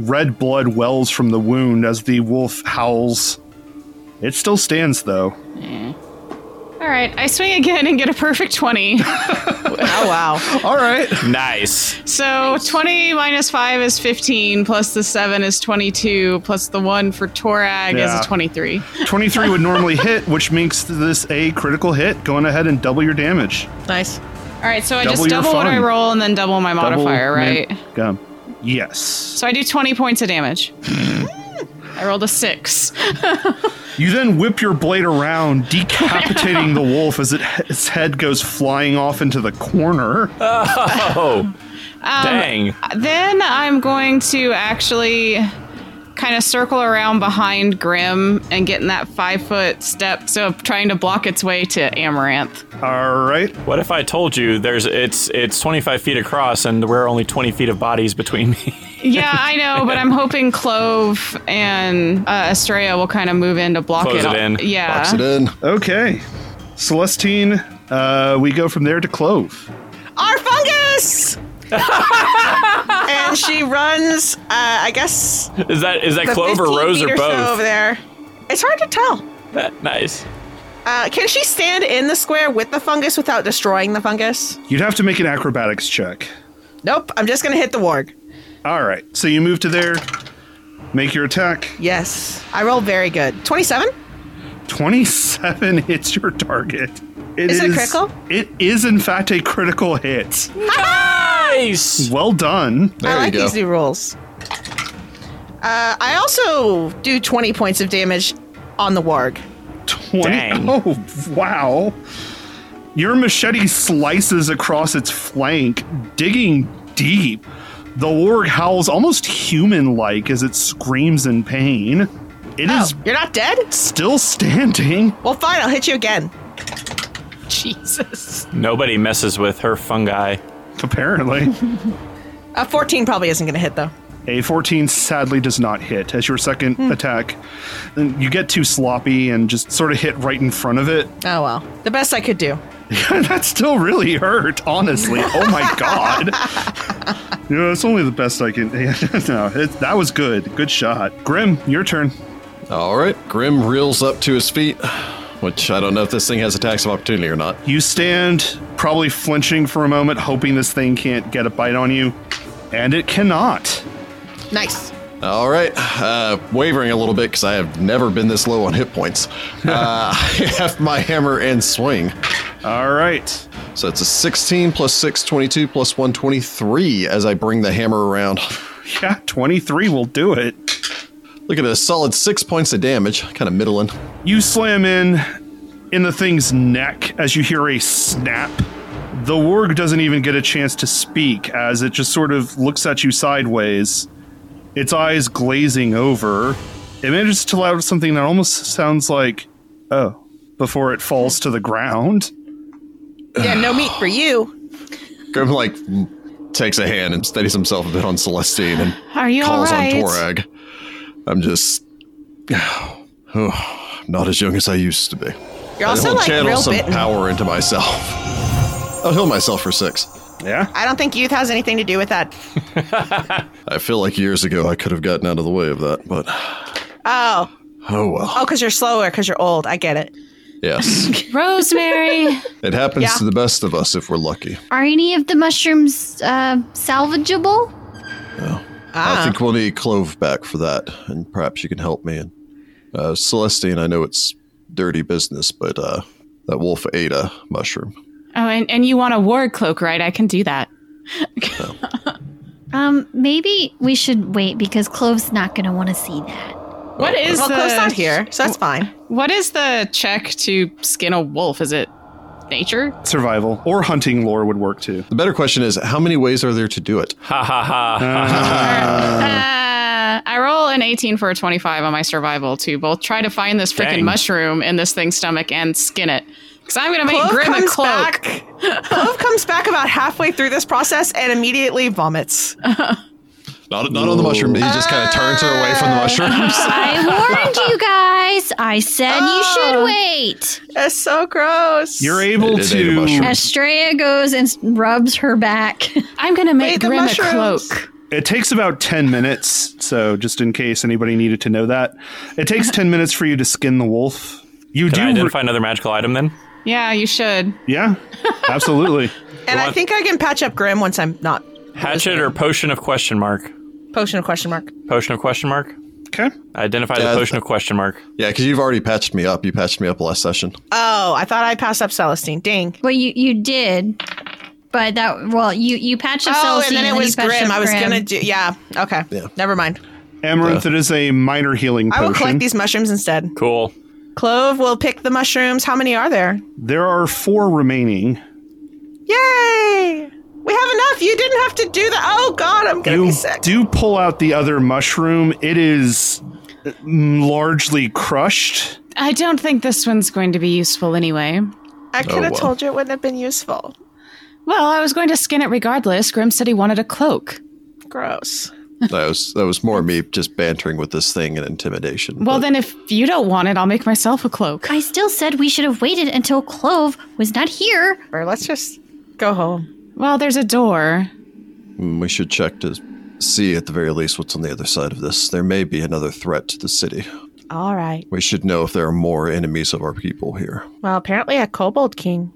[SPEAKER 1] Red blood wells from the wound as the wolf howls. It still stands, though.
[SPEAKER 3] All right, I swing again and get a perfect 20.
[SPEAKER 2] Oh wow.
[SPEAKER 1] All right.
[SPEAKER 4] Nice.
[SPEAKER 3] so 20 minus 5 is 15, plus the 7 is 22, plus the 1 for Torag
[SPEAKER 1] Yeah.
[SPEAKER 3] is a 23.
[SPEAKER 1] 23 would normally hit, which makes this a critical hit. Go on ahead and double your damage.
[SPEAKER 2] nice.
[SPEAKER 3] All right, so I
[SPEAKER 1] Double
[SPEAKER 3] just
[SPEAKER 1] your
[SPEAKER 3] double what I
[SPEAKER 1] fun.
[SPEAKER 3] roll and then double my
[SPEAKER 1] Double
[SPEAKER 3] modifier, right?
[SPEAKER 1] man- Gum. Yes.
[SPEAKER 3] So I do 20 points of damage. I rolled a 6.
[SPEAKER 1] You then whip your blade around, decapitating the wolf as it, its head goes flying off into the corner.
[SPEAKER 4] Oh.
[SPEAKER 2] Um,
[SPEAKER 4] Dang.
[SPEAKER 3] Then I'm going to actually kind of circle around behind Grim and get in that five foot step, so trying to block its way to Amaranth.
[SPEAKER 1] All right.
[SPEAKER 4] What if I told you there's it's it's 25 feet across and we're only 20 feet of bodies between me?
[SPEAKER 3] Yeah, I know, but I'm hoping Clove and uh, Estrella will kind of move in to block
[SPEAKER 4] Close
[SPEAKER 3] it.
[SPEAKER 4] it in.
[SPEAKER 3] Yeah.
[SPEAKER 5] Box it in.
[SPEAKER 1] Okay. Celestine Uh, we go from there to Clove.
[SPEAKER 2] our fungus and she runs uh, i guess
[SPEAKER 4] Is that is that
[SPEAKER 2] the
[SPEAKER 4] clove or
[SPEAKER 2] 15
[SPEAKER 4] rose
[SPEAKER 2] feet
[SPEAKER 4] or
[SPEAKER 2] so
[SPEAKER 4] both?
[SPEAKER 2] over there it's hard to tell
[SPEAKER 4] nice.
[SPEAKER 2] uh, can she stand in the square with the fungus without destroying the fungus
[SPEAKER 1] You'd have to make an acrobatics check.
[SPEAKER 2] nope i'm just gonna hit the warg
[SPEAKER 1] All right. So you move to there, make your attack.
[SPEAKER 2] yes i roll very good 27
[SPEAKER 1] 27 hits your target.
[SPEAKER 2] Is it a critical?
[SPEAKER 1] It is, in fact, a critical hit.
[SPEAKER 4] Nice.
[SPEAKER 1] Well done.
[SPEAKER 5] There
[SPEAKER 2] i like
[SPEAKER 5] you go.
[SPEAKER 2] these new rules uh, i also do 20 points of damage on the warg
[SPEAKER 1] 20.
[SPEAKER 4] Dang.
[SPEAKER 1] Oh, wow. Your machete slices across its flank, digging deep. The warg howls almost human like as it screams in pain. It is
[SPEAKER 2] oh you're not dead
[SPEAKER 1] still standing.
[SPEAKER 2] well fine i'll hit you again
[SPEAKER 3] Jesus.
[SPEAKER 4] Nobody messes with her fungi.
[SPEAKER 1] Apparently.
[SPEAKER 2] uh, 14 probably isn't gonna hit though
[SPEAKER 1] A 14 sadly does not hit as your second attack. And you get too sloppy and just sort of hit right in front of it.
[SPEAKER 2] oh well the best i could do
[SPEAKER 1] that still really hurt, honestly. Oh my god. You know, it's only the best I can. no, it, that was good. Good shot. Grim, your turn.
[SPEAKER 5] All right. Grim reels up to his feet, which I don't know if this thing has attacks of opportunity or not.
[SPEAKER 1] You stand, probably flinching for a moment, hoping this thing can't get a bite on you, and it cannot.
[SPEAKER 2] nice
[SPEAKER 5] All right. Uh, wavering a little bit because I have never been this low on hit points. Uh, I have my hammer and swing.
[SPEAKER 1] All right.
[SPEAKER 5] So it's a 16 plus 6, 22 plus 123 as I bring the hammer around.
[SPEAKER 1] Yeah, 23 will do it.
[SPEAKER 5] Look at this solid six points of damage, kind of middling.
[SPEAKER 1] You slam in in the thing's neck as you hear a snap. The warg doesn't even get a chance to speak as it just sort of looks at you sideways, its eyes glazing over. It manages to let out something that almost sounds like, oh, before it falls to the ground.
[SPEAKER 2] yeah no meat for you
[SPEAKER 5] Grim, like, takes a hand and steadies himself a bit on Celestine and
[SPEAKER 3] Are you all
[SPEAKER 5] calls
[SPEAKER 3] right?
[SPEAKER 5] on Torag. I'm just. Oh, I'm not as young as I used to be.
[SPEAKER 2] You're
[SPEAKER 5] I
[SPEAKER 2] also,
[SPEAKER 5] will
[SPEAKER 2] like,
[SPEAKER 5] channel
[SPEAKER 2] real
[SPEAKER 5] some
[SPEAKER 2] bitten.
[SPEAKER 5] power into myself. I'll heal myself for six.
[SPEAKER 1] Yeah.
[SPEAKER 2] I don't think youth has anything to do with that.
[SPEAKER 5] I feel like years ago I could have gotten out of the way of that, but
[SPEAKER 2] Oh,
[SPEAKER 5] oh well.
[SPEAKER 2] oh, because you're slower, because you're old. I get it.
[SPEAKER 5] Yes.
[SPEAKER 3] Rosemary.
[SPEAKER 5] it happens
[SPEAKER 2] Yeah.
[SPEAKER 5] to the best of us if we're lucky.
[SPEAKER 6] Are any of the mushrooms uh, salvageable?
[SPEAKER 5] I think we'll need Clove back for that, and perhaps you can help me. And uh, Celestine, I know it's dirty business, but uh, that wolf ate a mushroom.
[SPEAKER 3] oh, and, and you want a war cloak, right? I can do that.
[SPEAKER 6] Um, maybe we should wait because Clove's not gonna want to see that.
[SPEAKER 3] What is
[SPEAKER 2] Well,
[SPEAKER 3] the
[SPEAKER 2] close not here, so that's fine.
[SPEAKER 3] What is the check to skin a wolf? Is it
[SPEAKER 1] Uh-huh.
[SPEAKER 3] nature?
[SPEAKER 1] Survival or hunting lore would work too.
[SPEAKER 5] The better question is, how many ways are there to do it?
[SPEAKER 4] Ha ha ha.
[SPEAKER 3] Uh, I roll an 18 for a 25 on my survival to both try to find this freaking
[SPEAKER 4] Dang.
[SPEAKER 3] mushroom in this thing's stomach and skin it. Because I'm going to make
[SPEAKER 2] Clove
[SPEAKER 3] Grim a
[SPEAKER 2] comes
[SPEAKER 3] cloak.
[SPEAKER 2] back. Clove comes back about halfway through this process and immediately vomits.
[SPEAKER 5] Not, not on the mushroom. He just kind of turns her away from the mushrooms.
[SPEAKER 6] I Oh. warned you guys. I said you should wait.
[SPEAKER 2] That's so gross.
[SPEAKER 1] You're able
[SPEAKER 5] It- it ate a
[SPEAKER 1] to.
[SPEAKER 5] mushroom.
[SPEAKER 6] Estrella goes and s- rubs her back.
[SPEAKER 3] I'm going to
[SPEAKER 2] Wait,
[SPEAKER 3] make
[SPEAKER 2] the
[SPEAKER 3] Grim a
[SPEAKER 2] mushrooms.
[SPEAKER 3] cloak.
[SPEAKER 1] It takes about 10 minutes. So, just in case anybody needed to know that, it takes 10 minutes for you to skin the wolf. You
[SPEAKER 4] Can
[SPEAKER 1] do.
[SPEAKER 4] I
[SPEAKER 1] re-
[SPEAKER 4] identify another magical item then?
[SPEAKER 3] Yeah, you should.
[SPEAKER 1] yeah, absolutely.
[SPEAKER 2] and I
[SPEAKER 4] What?
[SPEAKER 2] think I can patch up Grim once I'm not
[SPEAKER 4] Hatchet or potion of question mark?
[SPEAKER 2] potion of question mark.
[SPEAKER 4] Potion of question mark?
[SPEAKER 1] Okay.
[SPEAKER 4] Identify
[SPEAKER 5] Yeah,
[SPEAKER 4] the
[SPEAKER 5] I-
[SPEAKER 4] potion of question mark.
[SPEAKER 5] yeah, because you've already patched me up. You patched me up last session.
[SPEAKER 2] Oh, I thought I passed up Celestine. Ding.
[SPEAKER 6] well, you you did, but that well you you patched up
[SPEAKER 2] Oh, and
[SPEAKER 6] Celestine
[SPEAKER 2] then it
[SPEAKER 6] you
[SPEAKER 2] was
[SPEAKER 6] patched
[SPEAKER 2] Grim.
[SPEAKER 6] up
[SPEAKER 2] I was
[SPEAKER 6] Grim.
[SPEAKER 2] gonna do. Yeah. Okay. Never mind.
[SPEAKER 1] Amaranth, it is a minor healing
[SPEAKER 2] I
[SPEAKER 1] potion.
[SPEAKER 2] will collect these mushrooms instead.
[SPEAKER 4] Cool.
[SPEAKER 2] Clove will pick the mushrooms. How many are there?
[SPEAKER 1] There are four remaining.
[SPEAKER 2] Yay! We have enough. You didn't have to do that. Oh God, I'm gonna
[SPEAKER 1] You
[SPEAKER 2] be sick.
[SPEAKER 1] do pull out the other mushroom. It is uh, largely crushed.
[SPEAKER 3] I don't think this one's going to be useful anyway.
[SPEAKER 2] I could have
[SPEAKER 5] well.
[SPEAKER 2] told you it wouldn't have been useful.
[SPEAKER 3] Well, I was going to skin it regardless. Grim said he wanted a cloak.
[SPEAKER 2] Gross.
[SPEAKER 5] That was that was more me just bantering with this thing and intimidation.
[SPEAKER 3] Well,
[SPEAKER 5] but
[SPEAKER 3] then if you don't want it, I'll make myself a cloak.
[SPEAKER 6] I still said we should have waited until Clove was not here.
[SPEAKER 2] Or let's just go home.
[SPEAKER 3] Well, there's a door.
[SPEAKER 5] we should check to see at the very least what's on the other side of this. There may be another threat to the city.
[SPEAKER 2] All right.
[SPEAKER 5] We should know if there are more enemies of our people here.
[SPEAKER 2] Well, apparently a kobold king.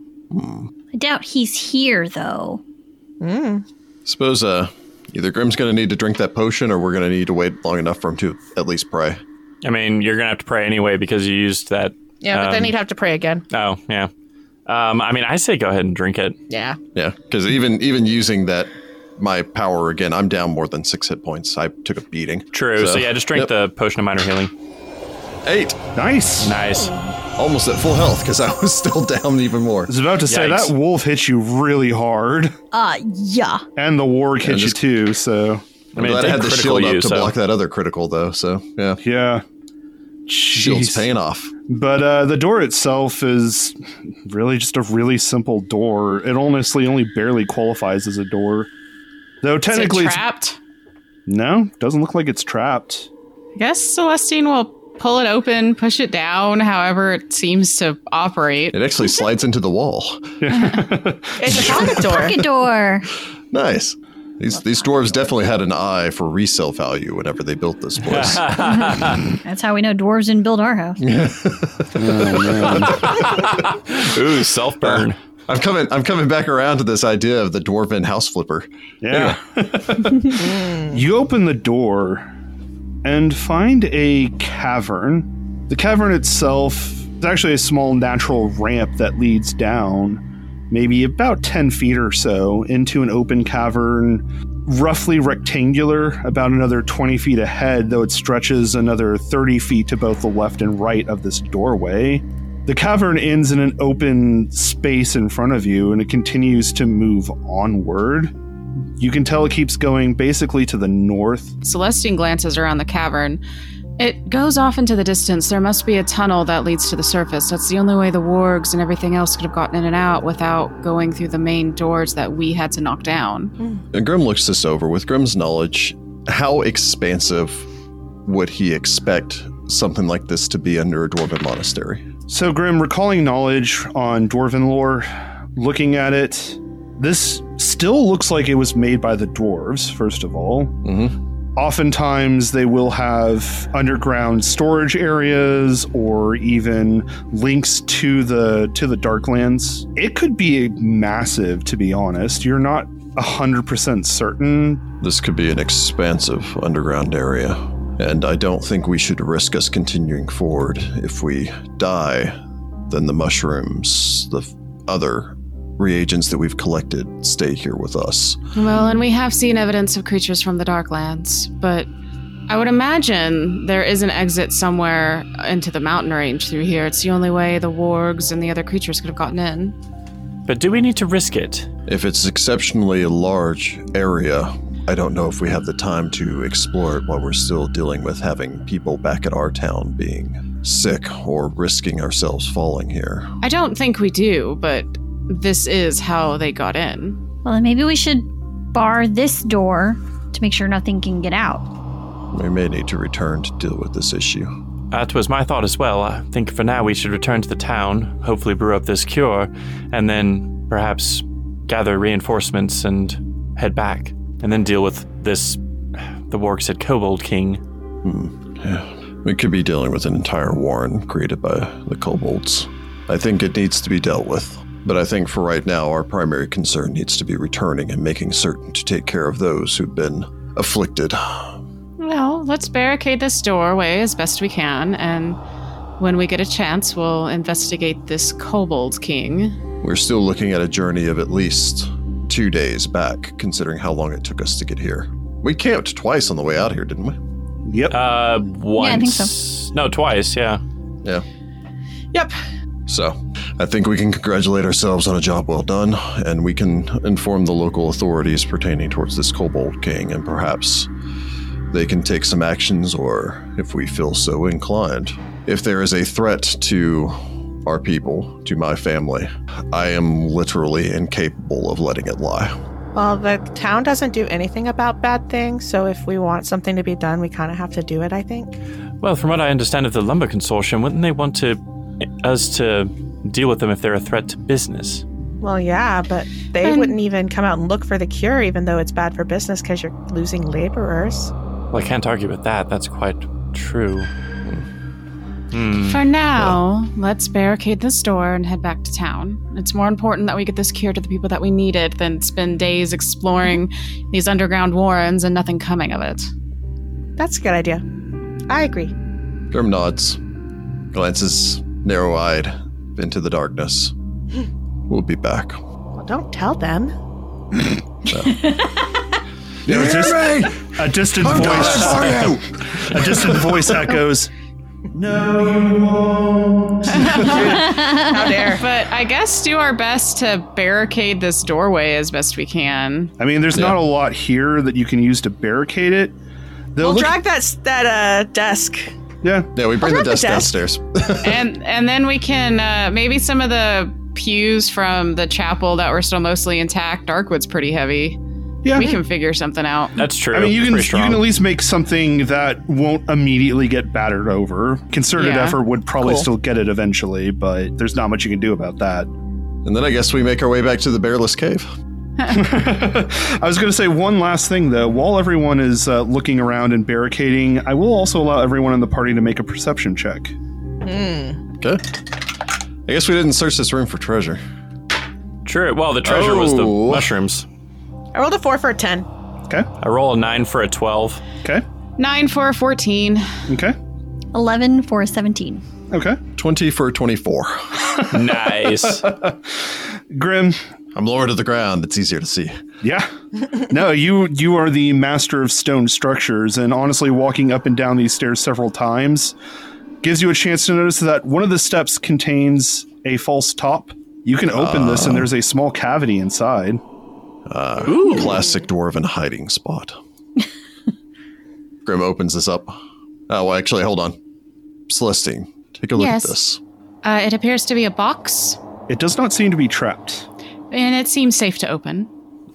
[SPEAKER 6] I doubt he's here, though.
[SPEAKER 5] Suppose uh, either Grim's going to need to drink that potion, or we're going to need to wait long enough for him to at least pray.
[SPEAKER 4] I mean, you're gonna have to pray anyway because you used that.
[SPEAKER 2] Yeah, but then
[SPEAKER 4] um,
[SPEAKER 2] he'd have to pray again.
[SPEAKER 4] Oh, yeah. Um, I mean, I say go ahead and drink it.
[SPEAKER 2] Yeah.
[SPEAKER 5] Yeah, because even even using that my power again, I'm down more than six hit points. I took a beating.
[SPEAKER 4] True. So, yeah, just drink the potion of minor healing.
[SPEAKER 5] the eight.
[SPEAKER 1] Nice.
[SPEAKER 4] Nice.
[SPEAKER 5] Almost at full health because I was still down even more.
[SPEAKER 1] I was about to say
[SPEAKER 4] Yikes.
[SPEAKER 1] that wolf hit you really hard,
[SPEAKER 6] Uh, yeah.
[SPEAKER 1] and the warg hit you
[SPEAKER 5] just-
[SPEAKER 1] too. So
[SPEAKER 5] I'm
[SPEAKER 4] mean, it
[SPEAKER 5] glad I
[SPEAKER 4] did
[SPEAKER 5] had the
[SPEAKER 4] critical
[SPEAKER 5] shield up
[SPEAKER 4] you,
[SPEAKER 5] to
[SPEAKER 4] so-
[SPEAKER 5] block that other critical though. So yeah,
[SPEAKER 1] yeah,
[SPEAKER 5] shield's
[SPEAKER 1] Jeez.
[SPEAKER 5] paying off.
[SPEAKER 1] But uh, the door itself is really just a really simple door. It honestly only barely qualifies as a door, though
[SPEAKER 3] Is it
[SPEAKER 1] technically it's-
[SPEAKER 3] trapped?
[SPEAKER 1] no, doesn't look like it's trapped.
[SPEAKER 3] I guess Celestine will pull it open, push it down, however it seems to operate.
[SPEAKER 5] It actually slides into the wall.
[SPEAKER 2] It's a pocket door.
[SPEAKER 6] Pocket door.
[SPEAKER 5] Nice. These these dwarves definitely had an eye for resale value whenever they built this place.
[SPEAKER 6] That's how we know dwarves didn't build our house.
[SPEAKER 4] Ooh, self burn.
[SPEAKER 5] I'm coming. I'm coming back around to this idea of the dwarven house flipper.
[SPEAKER 1] Yeah. you open the door and find a cavern. The cavern itself is actually a small natural ramp that leads down, maybe about 10 feet or so, into an open cavern, roughly rectangular, about another 20 feet ahead, though it stretches another 30 feet to both the left and right of this doorway. The cavern ends in an open space in front of you, and it continues to move onward. You can tell it keeps going basically to the north.
[SPEAKER 3] Celestine glances around the cavern. It goes off into the distance. There must be a tunnel that leads to the surface. That's the only way the wargs and everything else could have gotten in and out without going through the main doors that we had to knock down.
[SPEAKER 5] And Grim looks this over with Grim's knowledge. How expansive would he expect something like this to be under a dwarven monastery?
[SPEAKER 1] So, Grim, recalling knowledge on dwarven lore, looking at it, this still looks like it was made by the dwarves, first of all. Oftentimes, they will have underground storage areas or even links to the to the Darklands. It could be massive, to be honest. You're not hundred percent certain,
[SPEAKER 5] This could be an expansive underground area, and I don't think we should risk us continuing forward. If we die, then the mushrooms, the f- other reagents that we've collected, stay here with us.
[SPEAKER 3] Well, and we have seen evidence of creatures from the Darklands, but I would imagine there is an exit somewhere into the mountain range through here. It's the only way the wargs and the other creatures could have gotten in.
[SPEAKER 4] But do we need to risk it?
[SPEAKER 5] If it's exceptionally a large area, I don't know if we have the time to explore it while we're still dealing with having people back at our town being sick or risking ourselves falling here.
[SPEAKER 3] I don't think we do, but this is how they got in.
[SPEAKER 6] Well, then maybe we should bar this door to make sure nothing can get out.
[SPEAKER 5] We may need to return to deal with this issue.
[SPEAKER 4] That was my thought as well. I think for now we should return to the town, hopefully brew up this cure, and then perhaps gather reinforcements and head back, and then deal with this. The warg said kobold king.
[SPEAKER 5] We could be dealing with an entire warren created by the kobolds. I think it needs to be dealt with. But I think for right now, our primary concern needs to be returning and making certain to take care of those who've been afflicted.
[SPEAKER 3] Well, let's barricade this doorway as best we can, and when we get a chance, we'll investigate this kobold king.
[SPEAKER 5] We're still looking at a journey of at least two days back, considering how long it took us to get here. We camped twice on the way out here, didn't we?
[SPEAKER 1] Yep.
[SPEAKER 4] Uh, once.
[SPEAKER 6] think so.
[SPEAKER 4] No, twice. Yeah.
[SPEAKER 5] Yeah.
[SPEAKER 2] Yep.
[SPEAKER 5] So I think we can congratulate ourselves on a job well done, and we can inform the local authorities pertaining towards this kobold king, and perhaps they can take some actions, or if we feel so inclined. If there is a threat to our people, to my family, I am literally incapable of letting it lie.
[SPEAKER 2] Well, the town doesn't do anything about bad things, so if we want something to be done, we kind of have to do it, I think.
[SPEAKER 4] Well, from what I understand of the lumber consortium, wouldn't they want to us to deal with them if they're a threat to business?
[SPEAKER 2] Well, yeah, but they
[SPEAKER 3] And-
[SPEAKER 2] wouldn't even come out and look for the cure, even though it's bad for business because you're losing laborers.
[SPEAKER 4] Well, I can't argue with that. That's quite true.
[SPEAKER 3] For now, let's barricade this door and head back to town. It's more important that we get this cure to the people that we need it than spend days exploring these underground warrens and nothing coming of it.
[SPEAKER 2] That's a good idea. I agree.
[SPEAKER 5] Grim nods, glances narrow eyed into the darkness. We'll be back.
[SPEAKER 2] Well, don't tell them.
[SPEAKER 1] It was just a distant voice.
[SPEAKER 5] you!
[SPEAKER 1] A distant voice echoes.
[SPEAKER 2] How dare.
[SPEAKER 3] But I guess do our best to barricade this doorway as best we can.
[SPEAKER 1] I mean, there's not a lot here that you can use to barricade it. They'll
[SPEAKER 2] We'll
[SPEAKER 1] look-
[SPEAKER 2] drag that, s- that uh, desk.
[SPEAKER 1] yeah,
[SPEAKER 5] Yeah, we bring the
[SPEAKER 2] grab the
[SPEAKER 5] desk
[SPEAKER 2] desk.
[SPEAKER 5] downstairs.
[SPEAKER 3] and and then we can uh, maybe some of the pews from the chapel that were still mostly intact. Darkwood's pretty heavy.
[SPEAKER 1] yeah.
[SPEAKER 3] We can figure something out.
[SPEAKER 4] That's true.
[SPEAKER 1] I mean, you can
[SPEAKER 4] Pretty
[SPEAKER 1] you
[SPEAKER 4] strong.
[SPEAKER 1] can at least make something that won't immediately get battered over. Concerted
[SPEAKER 3] Yeah.
[SPEAKER 1] effort would probably
[SPEAKER 3] Cool.
[SPEAKER 1] still get it eventually, but there's not much you can do about that.
[SPEAKER 5] and then I guess we make our way back to the bearless cave.
[SPEAKER 1] I was going to say one last thing though. While everyone is uh, looking around and barricading, I will also allow everyone in the party to make a perception check.
[SPEAKER 5] Okay. I guess we didn't search this room for treasure.
[SPEAKER 4] Sure. Well, the treasure was the
[SPEAKER 5] Oh.
[SPEAKER 4] mushrooms.
[SPEAKER 2] I rolled a four for a 10.
[SPEAKER 1] Okay.
[SPEAKER 4] I roll a nine for a twelve.
[SPEAKER 1] Okay.
[SPEAKER 3] Nine four fourteen.
[SPEAKER 1] Okay.
[SPEAKER 6] 11 for 17.
[SPEAKER 1] Okay.
[SPEAKER 5] 20 for 24.
[SPEAKER 4] Nice.
[SPEAKER 1] Grim.
[SPEAKER 5] I'm lower to the ground. It's easier to see.
[SPEAKER 1] Yeah. No, you you are the master of stone structures, and honestly, walking up and down these stairs several times gives you a chance to notice that one of the steps contains a false top. You can open this, and there's a small cavity inside.
[SPEAKER 5] Classic dwarven hiding spot. Grim opens this up. Oh, well, actually, hold on. Celestine, take a look
[SPEAKER 3] Yes.
[SPEAKER 5] at this.
[SPEAKER 3] Uh, it appears to be a box,
[SPEAKER 1] It does not seem to be trapped.
[SPEAKER 3] and it seems safe to open.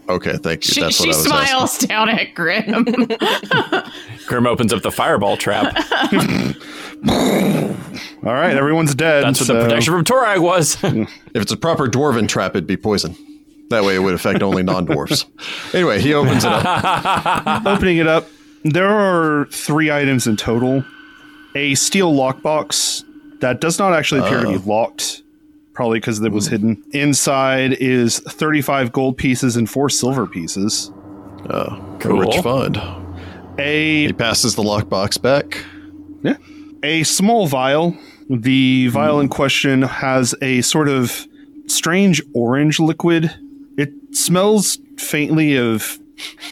[SPEAKER 5] Okay, thank you.
[SPEAKER 3] She,
[SPEAKER 5] That's what
[SPEAKER 3] she
[SPEAKER 5] I was asking.
[SPEAKER 3] smiles down at Grim.
[SPEAKER 4] Grim opens up the fireball trap.
[SPEAKER 1] All right, everyone's dead.
[SPEAKER 4] Hmm. That's what the
[SPEAKER 1] so-
[SPEAKER 4] protection from Torag was.
[SPEAKER 5] If it's a proper dwarven trap, it'd be poison. That way, it would affect only non dwarfs. anyway, he opens it up.
[SPEAKER 1] opening it up, there are three items in total. A steel lockbox that does not actually appear to be locked, probably because it was hidden. Inside is 35 gold pieces and four silver pieces.
[SPEAKER 4] Cool.
[SPEAKER 5] Rich fund.
[SPEAKER 1] A
[SPEAKER 5] He passes the lockbox back.
[SPEAKER 1] yeah, a small vial. The vial in question has a sort of strange orange liquid. It smells faintly of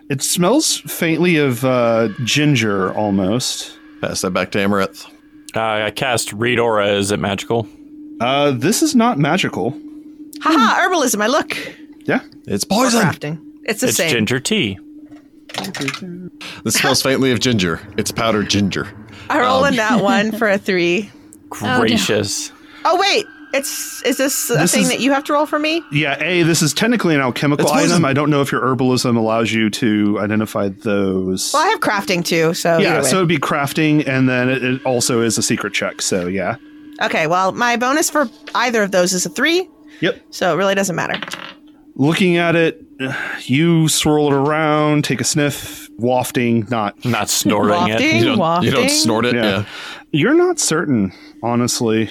[SPEAKER 1] it smells faintly of uh, ginger almost.
[SPEAKER 5] Pass that back to Amaranth.
[SPEAKER 4] Uh, I cast Read Aura. Is it magical?
[SPEAKER 1] Uh, this is not magical.
[SPEAKER 2] Haha,
[SPEAKER 1] Hmm.
[SPEAKER 2] herbalism. I look.
[SPEAKER 1] Yeah.
[SPEAKER 5] It's poison.
[SPEAKER 2] Crafting. It's the
[SPEAKER 4] It's
[SPEAKER 2] same. Oh,
[SPEAKER 4] ginger tea.
[SPEAKER 5] This smells faintly of ginger. It's powdered ginger.
[SPEAKER 2] I roll
[SPEAKER 1] Um.
[SPEAKER 2] in that one for a three.
[SPEAKER 4] Gracious.
[SPEAKER 2] Oh wait, it's is this a
[SPEAKER 1] This
[SPEAKER 2] thing
[SPEAKER 1] is-
[SPEAKER 2] that you have to roll for me?
[SPEAKER 1] Yeah, A, this is technically an alchemical
[SPEAKER 5] It's poison.
[SPEAKER 1] item. I don't know if your herbalism allows you to identify those.
[SPEAKER 2] Well, I have crafting too, so
[SPEAKER 1] yeah,
[SPEAKER 2] either way.
[SPEAKER 1] so it'd be crafting, and then it, it also is a secret check. So, yeah.
[SPEAKER 2] okay. Well, my bonus for either of those is a three,
[SPEAKER 1] Yep.
[SPEAKER 2] so it really doesn't matter.
[SPEAKER 1] Looking at it, you swirl it around, take a sniff, wafting, not.
[SPEAKER 4] Not snorting it.
[SPEAKER 2] Wafting?
[SPEAKER 5] You don't, you
[SPEAKER 2] Wafting?
[SPEAKER 5] don't snort it.
[SPEAKER 1] Yeah.
[SPEAKER 5] Yeah.
[SPEAKER 1] You're not certain, honestly.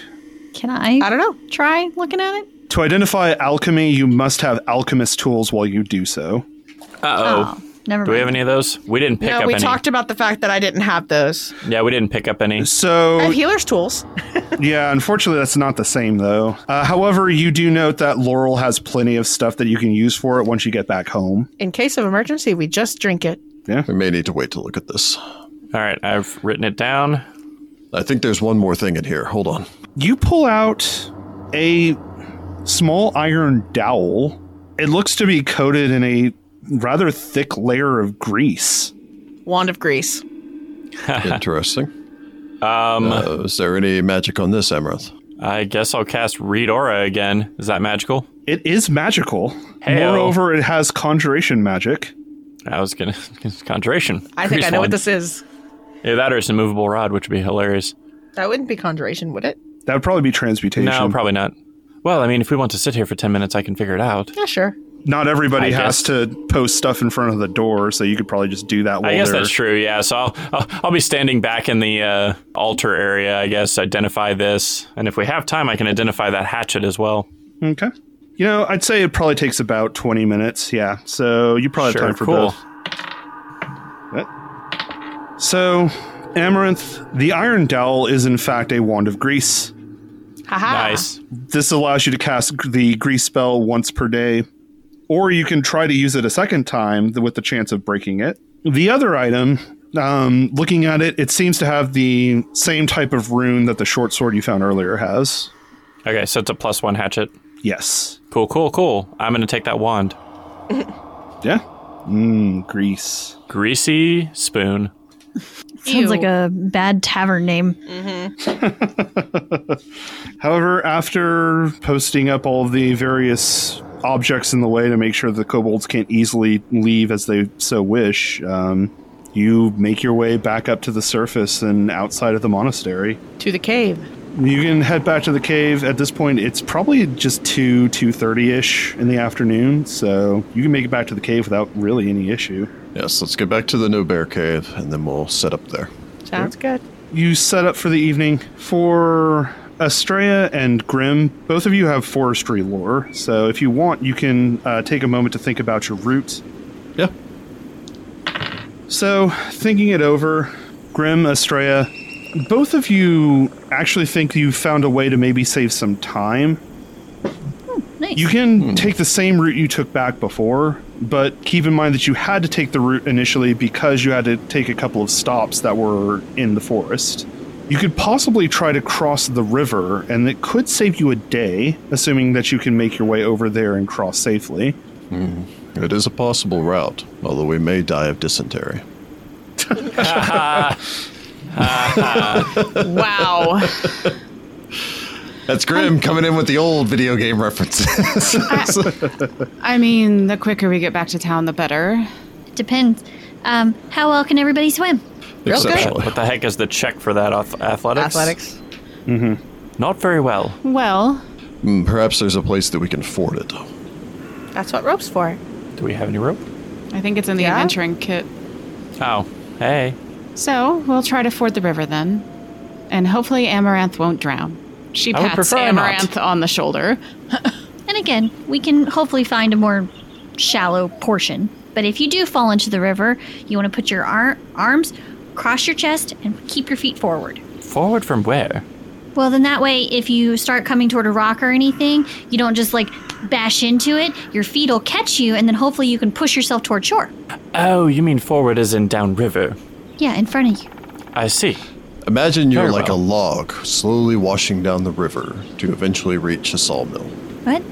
[SPEAKER 6] Can I,
[SPEAKER 2] I don't know.
[SPEAKER 6] try looking at it?
[SPEAKER 1] To identify alchemy, you must have alchemist tools while you do so.
[SPEAKER 4] Uh oh.
[SPEAKER 6] never
[SPEAKER 4] Do we
[SPEAKER 6] mind.
[SPEAKER 4] have any of those? We didn't pick
[SPEAKER 2] no,
[SPEAKER 4] up
[SPEAKER 2] we
[SPEAKER 4] any.
[SPEAKER 2] talked about the fact that I didn't have those.
[SPEAKER 4] yeah, we didn't pick up
[SPEAKER 2] I
[SPEAKER 4] any.
[SPEAKER 1] So,
[SPEAKER 2] have healer's tools.
[SPEAKER 1] yeah, unfortunately, that's not the same, though. Uh, however, you do note that Laurel has plenty of stuff that you can use for it once you get back home.
[SPEAKER 2] In case of emergency, we just drink it.
[SPEAKER 5] We may need to wait to look at this.
[SPEAKER 4] All right, I've written it down.
[SPEAKER 5] I think there's one more thing in here. Hold on.
[SPEAKER 1] you pull out a small iron dowel. It looks to be coated in a rather thick layer of grease.
[SPEAKER 2] Wand of grease.
[SPEAKER 5] Interesting. Um, is there any magic on this, Amaranth?
[SPEAKER 4] I guess I'll cast Read Aura again. Is that magical?
[SPEAKER 1] It is magical.
[SPEAKER 4] Hey-o.
[SPEAKER 1] Moreover, it has conjuration magic.
[SPEAKER 4] I was gonna conjuration.
[SPEAKER 2] I think
[SPEAKER 4] Increase
[SPEAKER 2] I know
[SPEAKER 4] one.
[SPEAKER 2] what this is.
[SPEAKER 4] Yeah, that or it's an immovable rod, which would be hilarious.
[SPEAKER 2] That wouldn't be conjuration, would it?
[SPEAKER 1] That would probably be transmutation.
[SPEAKER 4] No, probably not. Well, I mean, if we want to sit here for ten minutes, I can figure it out.
[SPEAKER 2] Yeah, sure.
[SPEAKER 1] Not everybody
[SPEAKER 4] I
[SPEAKER 1] has
[SPEAKER 4] guess.
[SPEAKER 1] to post stuff in front of the door, so you could probably just do that while
[SPEAKER 4] I guess
[SPEAKER 1] they're
[SPEAKER 4] that's true. Yeah. So I'll, I'll I'll be standing back in the uh, altar area. I guess identify this, and if we have time, I can identify that hatchet as well.
[SPEAKER 1] Okay. You know, I'd say it probably takes about 20 minutes. Yeah. So you probably
[SPEAKER 4] Sure,
[SPEAKER 1] have time for
[SPEAKER 4] cool.
[SPEAKER 1] both. Right. So, Amaranth, the Iron Dowel is in fact a Wand of Grease.
[SPEAKER 2] Haha.
[SPEAKER 4] Nice.
[SPEAKER 1] This allows you to cast g- the Grease spell once per day, or you can try to use it a second time th- with the chance of breaking it. The other item, um, looking at it, it seems to have the same type of rune that the short sword you found earlier has.
[SPEAKER 4] Okay, so it's a plus one hatchet.
[SPEAKER 1] Yes.
[SPEAKER 4] Cool, cool, cool. I'm gonna take that wand.
[SPEAKER 1] Yeah. Mmm, grease.
[SPEAKER 4] Greasy spoon.
[SPEAKER 6] Sounds like a bad tavern name.
[SPEAKER 1] However, after posting up all the various objects in the way to make sure the kobolds can't easily leave as they so wish, um, you make your way back up to the surface and outside of the monastery.
[SPEAKER 2] To the cave.
[SPEAKER 1] You can head back to the cave. At this point, it's probably just two two thirty ish in the afternoon, so you can make it back to the cave without really any issue.
[SPEAKER 5] Yes, let's get back to the no bear cave and then we'll set up there.
[SPEAKER 2] Sounds good.
[SPEAKER 1] you set up for the evening for Estrella and Grim. Both of you have forestry lore, so if you want, you can uh, take a moment to think about your route.
[SPEAKER 5] Yeah.
[SPEAKER 1] So, thinking it over, Grim, Estrella, both of you actually think you found a way to maybe save some time
[SPEAKER 6] Nice.
[SPEAKER 1] you can
[SPEAKER 5] Hmm.
[SPEAKER 1] take the same route you took back before, but keep in mind that you had to take the route initially because you had to take a couple of stops that were in the forest. You could possibly try to cross the river, and it could save you a day, assuming that you can make your way over there and cross safely.
[SPEAKER 5] It is a possible route, although we may die of dysentery.
[SPEAKER 2] Wow.
[SPEAKER 5] That's Grim coming in with the old video game references.
[SPEAKER 3] I mean, the quicker we get back to town, the better.
[SPEAKER 6] Depends. Um, how well can everybody swim?
[SPEAKER 5] Exceptionally.
[SPEAKER 4] What the heck is the check for that? Ath- athletics?
[SPEAKER 2] Athletics.
[SPEAKER 4] Not very well.
[SPEAKER 3] Well,
[SPEAKER 5] Mm, Perhaps there's a place that we can ford it.
[SPEAKER 2] That's what rope's for.
[SPEAKER 4] Do we have any rope?
[SPEAKER 3] I think it's in the
[SPEAKER 2] Yeah?
[SPEAKER 3] adventuring kit.
[SPEAKER 4] Oh, hey.
[SPEAKER 3] So we'll try to ford the river then, and hopefully Amaranth won't drown. She
[SPEAKER 4] I would
[SPEAKER 3] pats
[SPEAKER 4] prefer not.
[SPEAKER 3] Amaranth on the shoulder.
[SPEAKER 6] And again, we can hopefully find a more shallow portion. But if you do fall into the river, you want to put your ar- arms, cross your chest, and keep your feet forward.
[SPEAKER 4] Forward from where?
[SPEAKER 6] Well, then that way, if you start coming toward a rock or anything, you don't just like bash into it. Your feet will catch you, and then hopefully you can push yourself toward shore.
[SPEAKER 4] Oh, you mean forward as in downriver.
[SPEAKER 6] Yeah, in front of you.
[SPEAKER 4] I see.
[SPEAKER 5] Imagine you're
[SPEAKER 4] Very
[SPEAKER 5] like
[SPEAKER 4] well.
[SPEAKER 5] a log slowly washing down the river to eventually reach a sawmill.
[SPEAKER 6] What?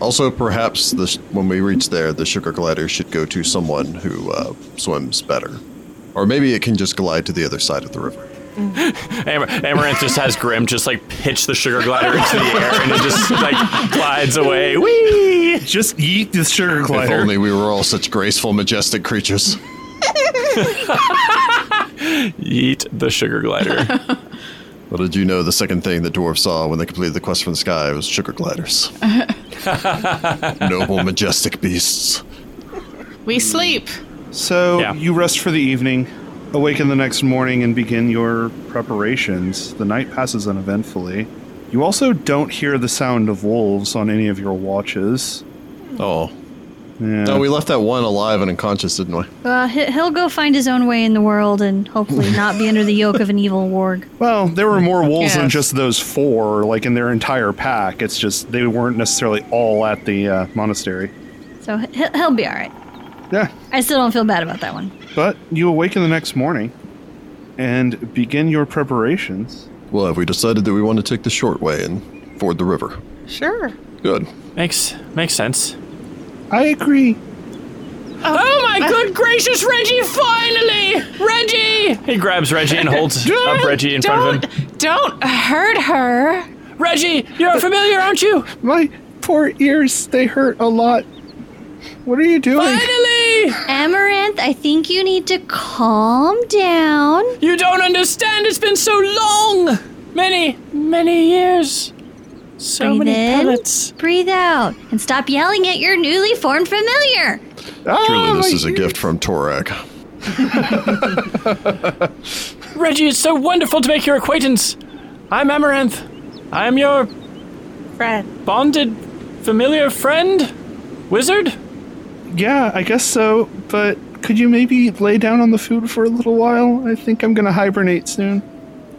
[SPEAKER 5] Also, perhaps the sh- when we reach there, the sugar glider should go to someone who uh, swims better. Or maybe it can just glide to the other side of the river.
[SPEAKER 4] Amar- Amaranth just has Grim just like pitch the sugar glider into the air and it just like glides away. Whee!
[SPEAKER 1] Just yeet this sugar
[SPEAKER 5] If
[SPEAKER 1] glider.
[SPEAKER 5] only we were all such graceful, majestic creatures.
[SPEAKER 4] Eat the sugar glider.
[SPEAKER 5] Little did you know, the second thing the dwarves saw when they completed the quest from the sky was sugar gliders. Noble, majestic beasts.
[SPEAKER 4] Hmm.
[SPEAKER 3] We sleep.
[SPEAKER 1] So
[SPEAKER 4] Yeah.
[SPEAKER 1] you rest for the evening, awaken the next morning, and begin your preparations. The night passes uneventfully. You also don't hear the sound of wolves on any of your watches.
[SPEAKER 5] Oh.
[SPEAKER 1] Yeah.
[SPEAKER 5] No, we left that one alive and unconscious, didn't we?
[SPEAKER 6] Well, he- he'll go find his own way in the world and hopefully not be under the yoke of an evil warg.
[SPEAKER 1] well, there were more wolves than
[SPEAKER 2] Yes.
[SPEAKER 1] just those four, like in their entire pack. It's just they weren't necessarily all at the uh, monastery.
[SPEAKER 6] So he- he'll be all right.
[SPEAKER 1] Yeah.
[SPEAKER 6] I still don't feel bad about that one.
[SPEAKER 1] But you awaken the next morning and begin your preparations.
[SPEAKER 5] Well, have we decided that we want to take the short way and ford the river?
[SPEAKER 2] Sure.
[SPEAKER 5] Good.
[SPEAKER 4] Makes makes sense.
[SPEAKER 1] I agree.
[SPEAKER 3] Oh my good gracious, Reggie! Finally, Reggie!
[SPEAKER 4] He grabs Reggie and holds up Reggie in front of him.
[SPEAKER 3] Don't hurt her.
[SPEAKER 4] Reggie, you're a familiar, aren't you?
[SPEAKER 1] My poor ears, they hurt a lot. What are you doing?
[SPEAKER 4] Finally!
[SPEAKER 6] Amaranth, I think you need to calm down.
[SPEAKER 4] You don't understand. It's been so long. Many, many years. So
[SPEAKER 6] Breathe
[SPEAKER 4] many
[SPEAKER 6] in.
[SPEAKER 4] pellets.
[SPEAKER 6] Breathe out and stop yelling at your newly formed familiar.
[SPEAKER 1] Ah,
[SPEAKER 5] Truly,
[SPEAKER 1] my
[SPEAKER 5] this is a
[SPEAKER 1] ears.
[SPEAKER 5] gift from Torak.
[SPEAKER 4] Reggie, it's so wonderful to make your acquaintance. I'm Amaranth. I am your
[SPEAKER 2] Friend.
[SPEAKER 4] bonded, familiar friend, wizard.
[SPEAKER 1] Yeah, I guess so. But could you maybe lay down on the food for a little while? I think I'm gonna hibernate soon.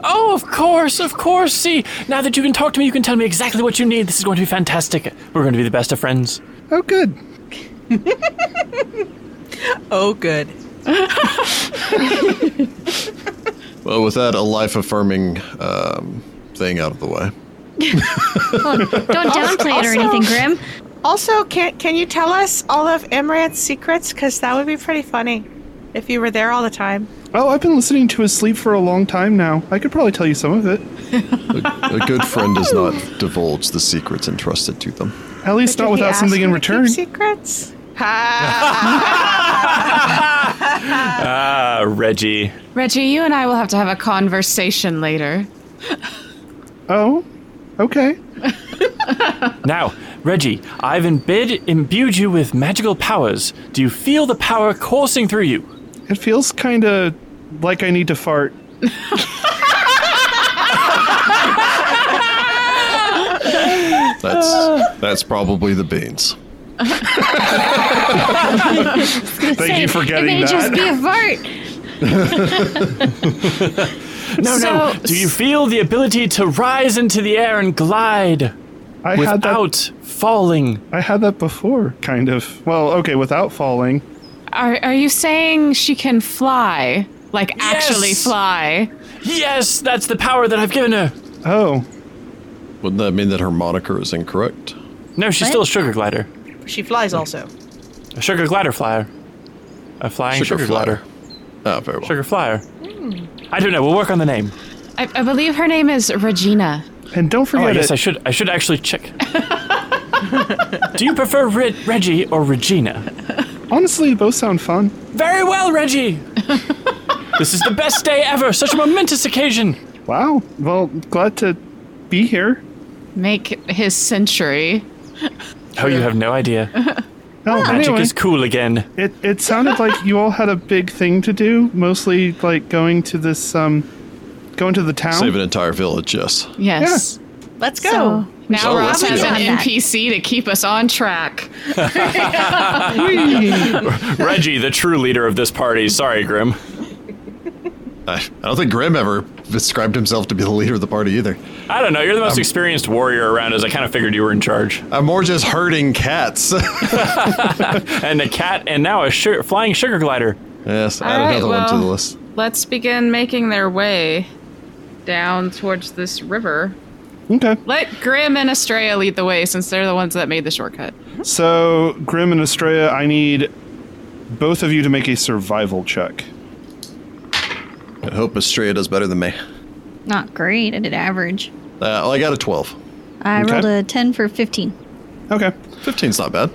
[SPEAKER 4] Oh, of course, of course. See, now that you can talk to me, you can tell me exactly what you need. This is going to be fantastic. We're going to be the best of friends.
[SPEAKER 1] Oh, good.
[SPEAKER 2] Oh, good.
[SPEAKER 5] Well, with that, a life affirming um, thing out of the way.
[SPEAKER 6] Don't downplay it or
[SPEAKER 2] also-
[SPEAKER 6] anything, Grim.
[SPEAKER 2] Also, can can you tell us all of Amaranth's secrets? Because that would be pretty funny if you were there all the time.
[SPEAKER 1] Oh, I've been listening to his sleep for a long time now. I could probably tell you some of it.
[SPEAKER 5] A good friend does not divulge the secrets entrusted to them.
[SPEAKER 1] At least
[SPEAKER 2] Did
[SPEAKER 1] not
[SPEAKER 2] he
[SPEAKER 1] without
[SPEAKER 2] ask
[SPEAKER 1] something
[SPEAKER 2] you
[SPEAKER 1] in
[SPEAKER 2] to keep
[SPEAKER 1] return.
[SPEAKER 2] Secrets. Ha!
[SPEAKER 4] Ah, Reggie.
[SPEAKER 3] Reggie, you and I will have to have a conversation later.
[SPEAKER 1] Oh, okay.
[SPEAKER 4] Now, Reggie, I've embid, imbued you with magical powers. Do you feel the power coursing through you?
[SPEAKER 1] It feels kind of like I need to fart.
[SPEAKER 5] That's that's probably the beans.
[SPEAKER 1] Thank you for
[SPEAKER 6] it
[SPEAKER 1] getting
[SPEAKER 6] may
[SPEAKER 1] that.
[SPEAKER 6] just be a fart.
[SPEAKER 4] No, no.
[SPEAKER 3] So-
[SPEAKER 4] Do you feel the ability to rise into the air and glide
[SPEAKER 1] I had that.
[SPEAKER 4] without falling?
[SPEAKER 1] I had that before, kind of. Well, okay, without falling.
[SPEAKER 3] Are, are you saying she can fly? Like, actually
[SPEAKER 4] Yes!
[SPEAKER 3] fly?
[SPEAKER 4] Yes, that's the power that I've given her.
[SPEAKER 1] Oh,
[SPEAKER 5] Wouldn't that mean that her moniker is incorrect?
[SPEAKER 4] No, she's
[SPEAKER 6] What?
[SPEAKER 4] still a sugar glider.
[SPEAKER 2] she
[SPEAKER 4] Hmm.
[SPEAKER 2] flies also.
[SPEAKER 4] A sugar glider flyer. A flying sugar, glider.
[SPEAKER 5] Ah, very well.
[SPEAKER 4] Sugar flyer. I don't know. We'll work on the name.
[SPEAKER 3] I, I believe her name is Regina.
[SPEAKER 1] and don't
[SPEAKER 4] Oh,
[SPEAKER 1] forget
[SPEAKER 4] I
[SPEAKER 1] it.
[SPEAKER 4] guess I should. I should actually check. Do you prefer Re- Reggie or Regina?
[SPEAKER 1] Honestly, both sound fun.
[SPEAKER 4] Very well, Reggie. this is the best day ever. Such a momentous occasion.
[SPEAKER 1] Wow. Well, glad to be here.
[SPEAKER 3] Make his century.
[SPEAKER 4] Oh, you have no idea.
[SPEAKER 1] No,
[SPEAKER 4] Magic
[SPEAKER 1] Oh, anyway,
[SPEAKER 4] is cool again.
[SPEAKER 1] it, it sounded like you all had a big thing to do, mostly like going to this, um, going to the town.
[SPEAKER 5] Save an entire village, yes.
[SPEAKER 3] Yes.
[SPEAKER 2] Let's go.
[SPEAKER 3] So now
[SPEAKER 5] So
[SPEAKER 3] Rob
[SPEAKER 5] let's
[SPEAKER 3] has
[SPEAKER 5] go.
[SPEAKER 3] an NPC to keep us on track.
[SPEAKER 4] Reggie, the true leader of this party. Sorry, Grim.
[SPEAKER 5] I, I don't think Grim ever described himself to be the leader of the party either.
[SPEAKER 4] I don't know. You're the most experienced warrior around, as I kind of figured you were in charge.
[SPEAKER 5] I'm more just herding cats.
[SPEAKER 4] And a cat, and now a su- flying sugar glider.
[SPEAKER 5] yes, add
[SPEAKER 3] All right,
[SPEAKER 5] another one to the
[SPEAKER 3] well-
[SPEAKER 5] list.
[SPEAKER 3] Let's begin making their way down towards this river.
[SPEAKER 1] okay.
[SPEAKER 3] Let Grim and Estrella lead the way since they're the ones that made the shortcut.
[SPEAKER 1] So, Grim and Estrella, I need both of you to make a survival check.
[SPEAKER 5] I hope Estrella does better than me.
[SPEAKER 6] Not great. I did average.
[SPEAKER 5] Uh, oh, I got a 12.
[SPEAKER 6] I
[SPEAKER 1] Okay.
[SPEAKER 6] rolled a 10 for 15.
[SPEAKER 1] Okay.
[SPEAKER 5] 15's not bad.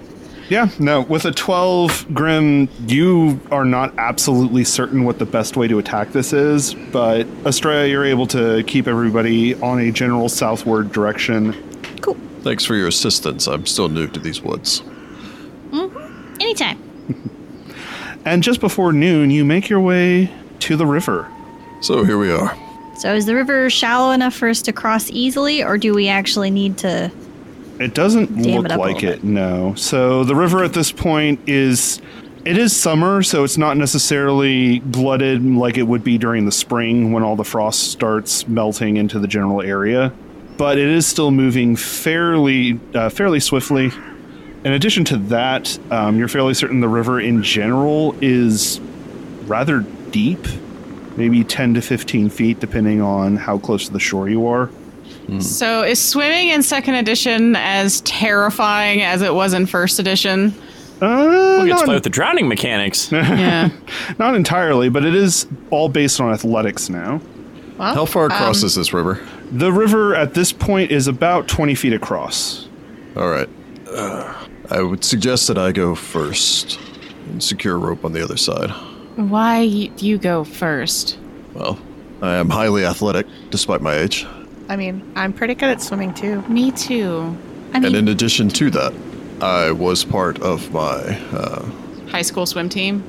[SPEAKER 1] Yeah, no, with a 12, Grim, you are not absolutely certain what the best way to attack this is, but Estrella, you're able to keep everybody on a general southward direction.
[SPEAKER 5] Thanks for your assistance. I'm still new to these woods.
[SPEAKER 6] Anytime.
[SPEAKER 1] And just before noon, you make your way to the river.
[SPEAKER 5] So here we are.
[SPEAKER 6] So is the river shallow enough for us to cross easily, or do we actually need to?
[SPEAKER 1] It doesn't
[SPEAKER 6] Dam
[SPEAKER 1] look
[SPEAKER 6] it up a
[SPEAKER 1] like
[SPEAKER 6] little
[SPEAKER 1] it, no. So the river at this point is it is summer, so it's not necessarily glutted like it would be during the spring when all the frost starts melting into the general area, but it is still moving fairly uh, fairly swiftly. In addition to that, um, you're fairly certain the river in general is rather deep, maybe 10 to 15 feet, depending on how close to the shore you are.
[SPEAKER 3] So is swimming in second edition as terrifying as it was in first edition?
[SPEAKER 1] Uh,
[SPEAKER 4] We'll get to
[SPEAKER 1] not
[SPEAKER 4] play with the drowning mechanics.
[SPEAKER 3] Yeah.
[SPEAKER 1] Not entirely, but it is all based on athletics now.
[SPEAKER 3] um,
[SPEAKER 5] How far across is this river?
[SPEAKER 1] The river at this point is about 20 feet across.
[SPEAKER 5] All right. Uh, I would suggest that I go first and secure a rope on the other side.
[SPEAKER 3] Why y- you go first?
[SPEAKER 5] Well, I am highly athletic, despite my age.
[SPEAKER 2] I mean, I'm pretty good at swimming too.
[SPEAKER 3] Me too.
[SPEAKER 6] I mean,
[SPEAKER 5] And in addition to that, I was part of my uh,
[SPEAKER 3] High school swim team.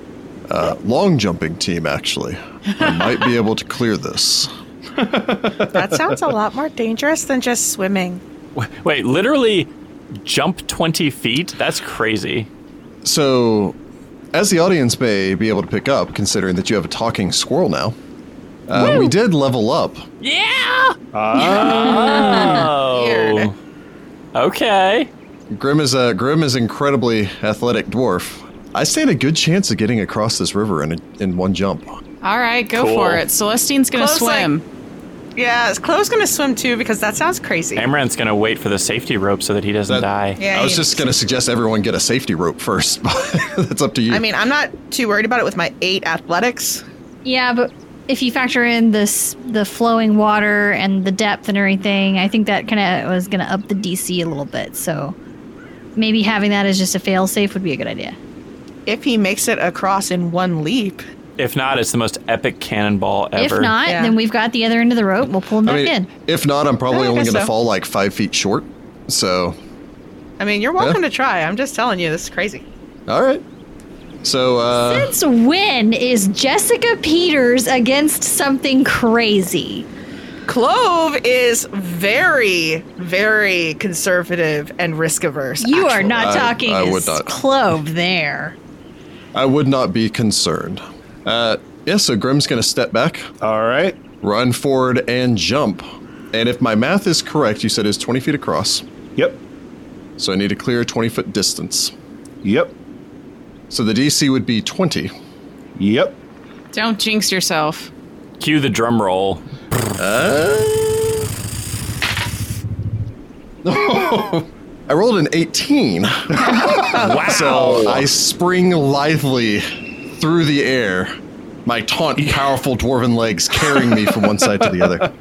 [SPEAKER 5] uh, long jumping team, actually. I might be able to clear this.
[SPEAKER 2] That sounds a lot more dangerous than just swimming.
[SPEAKER 4] W- Wait, literally jump 20 feet? That's crazy.
[SPEAKER 5] So, as the audience may be able to pick up, considering that you have a talking squirrel now, uh, we did level up.
[SPEAKER 4] Oh. Okay.
[SPEAKER 5] Grim is a Grim is incredibly athletic dwarf. I stand a good chance of getting across this river in a, in one jump.
[SPEAKER 3] All right, go
[SPEAKER 4] Cool.
[SPEAKER 3] for it. Celestine's gonna
[SPEAKER 2] Close, like-
[SPEAKER 3] swim.
[SPEAKER 2] Yeah, Chloe's gonna swim too because that sounds crazy.
[SPEAKER 4] Amaranth's gonna wait for the safety rope so that he doesn't
[SPEAKER 5] That-
[SPEAKER 4] die.
[SPEAKER 2] Yeah,
[SPEAKER 5] I was
[SPEAKER 2] you-
[SPEAKER 5] just gonna suggest everyone get a safety rope first. That's up to you.
[SPEAKER 2] I mean, I'm not too worried about it with my eight athletics.
[SPEAKER 6] yeah, but if you factor in this the flowing water and the depth and everything, I think that kind of was going to up the DC a little bit. So maybe having that as just a fail safe would be a good idea.
[SPEAKER 2] If he makes it across in one leap,
[SPEAKER 4] If not, it's the most epic cannonball ever.
[SPEAKER 6] If not,
[SPEAKER 2] Yeah.
[SPEAKER 6] then we've got the other end of the rope. We'll pull him
[SPEAKER 5] I
[SPEAKER 6] back
[SPEAKER 5] mean,
[SPEAKER 6] in.
[SPEAKER 5] if not, I'm probably
[SPEAKER 2] I
[SPEAKER 5] only
[SPEAKER 2] guess
[SPEAKER 5] gonna
[SPEAKER 2] so.
[SPEAKER 5] fall like five feet short. So,
[SPEAKER 2] I mean, you're welcome
[SPEAKER 5] Yeah.
[SPEAKER 2] to try. I'm just telling you, this is crazy.
[SPEAKER 5] all right. So, uh,
[SPEAKER 6] Since when is Jessica Peters against something crazy?
[SPEAKER 2] Clove is very, very conservative and risk averse.
[SPEAKER 6] You are not
[SPEAKER 5] I-
[SPEAKER 6] talking
[SPEAKER 5] I
[SPEAKER 6] as
[SPEAKER 5] would not.
[SPEAKER 6] Clove there.
[SPEAKER 5] I would not be concerned. Uh, yeah. So Grim's gonna step back,
[SPEAKER 1] All right.
[SPEAKER 5] run forward, and jump. And if my math is correct, you said it's 20 feet across.
[SPEAKER 1] Yep.
[SPEAKER 5] So I need to clear a 20 foot distance.
[SPEAKER 1] Yep.
[SPEAKER 5] So the DC would be 20.
[SPEAKER 1] Yep.
[SPEAKER 3] Don't jinx yourself.
[SPEAKER 4] Cue the drum roll.
[SPEAKER 5] Uh. I rolled an 18.
[SPEAKER 4] Wow.
[SPEAKER 5] So I spring lithely through the air, my taunt, powerful dwarven legs carrying me from one side to the other.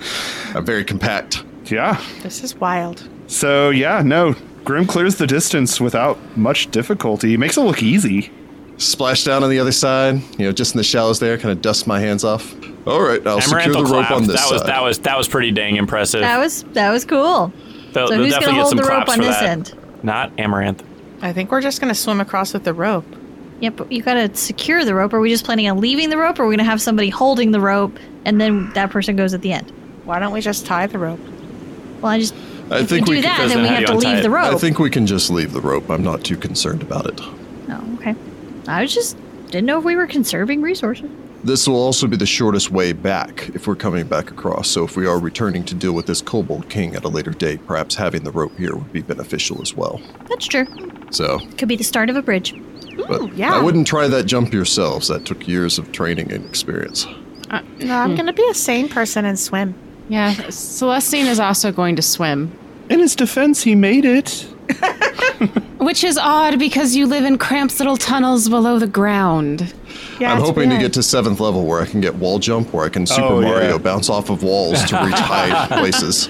[SPEAKER 5] I'm very compact.
[SPEAKER 1] Yeah.
[SPEAKER 2] This is wild.
[SPEAKER 1] So, yeah, no. Grim clears the distance without much difficulty. Makes it look easy.
[SPEAKER 5] Splash down on the other side, you know, just in the shallows there, kind of dust my hands off. All right, I'll
[SPEAKER 4] Amaranth
[SPEAKER 5] secure the
[SPEAKER 4] will
[SPEAKER 5] rope
[SPEAKER 4] clap.
[SPEAKER 5] on this
[SPEAKER 4] that
[SPEAKER 5] side.
[SPEAKER 4] was that was that was pretty dang impressive.
[SPEAKER 6] That was that was cool.
[SPEAKER 4] They'll-
[SPEAKER 6] so
[SPEAKER 4] they'll
[SPEAKER 6] who's
[SPEAKER 4] definitely get
[SPEAKER 6] gonna hold
[SPEAKER 4] some
[SPEAKER 6] the rope
[SPEAKER 4] props
[SPEAKER 6] on
[SPEAKER 4] for
[SPEAKER 6] this
[SPEAKER 4] that.
[SPEAKER 6] end?
[SPEAKER 4] Not Amaranth.
[SPEAKER 2] I think we're just gonna swim across with the rope.
[SPEAKER 6] Yep, but you gotta secure the rope. Are we just planning on leaving the rope or are we gonna have somebody holding the rope and then that person goes at the end?
[SPEAKER 2] Why don't we just tie the rope?
[SPEAKER 6] Well I just
[SPEAKER 5] I
[SPEAKER 6] if
[SPEAKER 5] think
[SPEAKER 6] we do
[SPEAKER 5] we could-
[SPEAKER 6] that,
[SPEAKER 4] because
[SPEAKER 6] then
[SPEAKER 4] then
[SPEAKER 6] we
[SPEAKER 4] how
[SPEAKER 6] have
[SPEAKER 4] do
[SPEAKER 6] to
[SPEAKER 4] you untie
[SPEAKER 6] leave the
[SPEAKER 4] it?
[SPEAKER 6] rope.
[SPEAKER 5] I think we can just leave the rope. I'm not too concerned about it.
[SPEAKER 6] oh, okay. I was just didn't know if we were conserving resources.
[SPEAKER 5] This will also be the shortest way back if we're coming back across. So if we are returning to deal with this kobold king at a later date, perhaps having the rope here would be beneficial as well.
[SPEAKER 6] That's true.
[SPEAKER 5] So,
[SPEAKER 6] Could be the start of a bridge.
[SPEAKER 5] but
[SPEAKER 2] yeah.
[SPEAKER 5] I wouldn't try that jump yourselves. That took years of training and experience.
[SPEAKER 2] No, I'm gonna be a sane person and swim.
[SPEAKER 3] Yeah, Celestine is also going to swim,
[SPEAKER 1] In his defense, he made it.
[SPEAKER 3] which is odd because you live in cramped little tunnels below the ground.
[SPEAKER 2] Yeah,
[SPEAKER 5] I'm
[SPEAKER 2] it's
[SPEAKER 5] hoping to
[SPEAKER 2] weird.
[SPEAKER 5] get to seventh level where I can get wall jump, where I can Super
[SPEAKER 1] Oh, yeah.
[SPEAKER 5] Mario bounce off of walls to reach high places.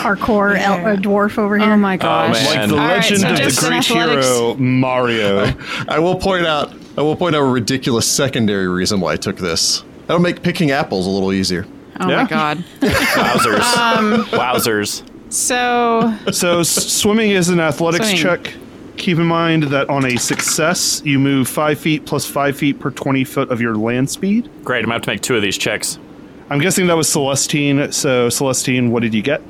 [SPEAKER 6] Parkour el- a dwarf over here.
[SPEAKER 3] Oh my gosh!
[SPEAKER 4] man.
[SPEAKER 1] Like the
[SPEAKER 4] All
[SPEAKER 3] right,
[SPEAKER 1] legend
[SPEAKER 3] so
[SPEAKER 1] of the
[SPEAKER 3] just an
[SPEAKER 1] great
[SPEAKER 3] athletics-
[SPEAKER 1] hero, Mario.
[SPEAKER 5] I will point out. I will point out a ridiculous secondary reason why I took this. That'll make picking apples a little easier.
[SPEAKER 3] oh
[SPEAKER 1] Yeah.
[SPEAKER 3] my god!
[SPEAKER 4] Wowzers.
[SPEAKER 6] Um.
[SPEAKER 4] Wowzers.
[SPEAKER 3] So
[SPEAKER 1] So s- swimming is an athletics
[SPEAKER 3] Swimming.
[SPEAKER 1] check. Keep in mind that on a success, you move five feet plus five feet per twenty foot of your land speed.
[SPEAKER 4] Great, I'm gonna have to make two of these checks.
[SPEAKER 1] I'm guessing that was Celestine. So Celestine, what did you get?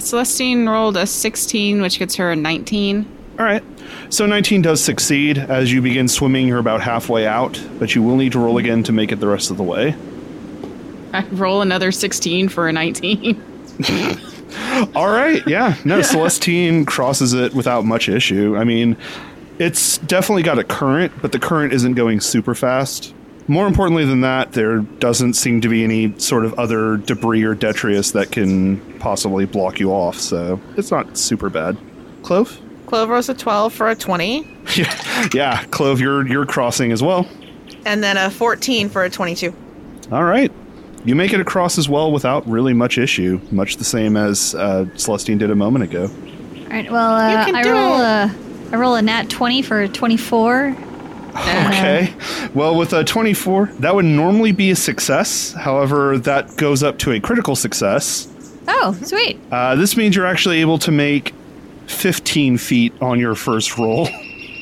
[SPEAKER 3] Celestine rolled a 16, which gets her a 19.
[SPEAKER 1] All right. So 19 does succeed. As you begin swimming, you're about halfway out, but you will need to roll again to make it the rest of the way.
[SPEAKER 3] I roll another 16 for a 19.
[SPEAKER 1] All right. Yeah. No, Celestine crosses it without much issue. I mean, it's definitely got a current, but the current isn't going super fast. More importantly than that, there doesn't seem to be any sort of other debris or detritus that can possibly block you off, so it's not super bad. Clove?
[SPEAKER 2] Clove rolls a 12 for a 20,
[SPEAKER 1] Yeah, Clove, you're you're crossing as well.
[SPEAKER 2] and then a 14 for a 22.
[SPEAKER 1] All right. You make it across as well without really much issue, much the same as uh, Celestine did a moment ago.
[SPEAKER 6] All right. Well, uh,
[SPEAKER 2] can
[SPEAKER 6] I
[SPEAKER 2] do
[SPEAKER 6] roll
[SPEAKER 2] it.
[SPEAKER 6] a I roll a nat twenty for twenty four.
[SPEAKER 7] Uh-huh.
[SPEAKER 1] Okay. Well, with a 24, that would normally be a success. However, that goes up to a critical success.
[SPEAKER 6] Oh, sweet.
[SPEAKER 1] Uh, this means you're actually able to make 15 feet on your first roll.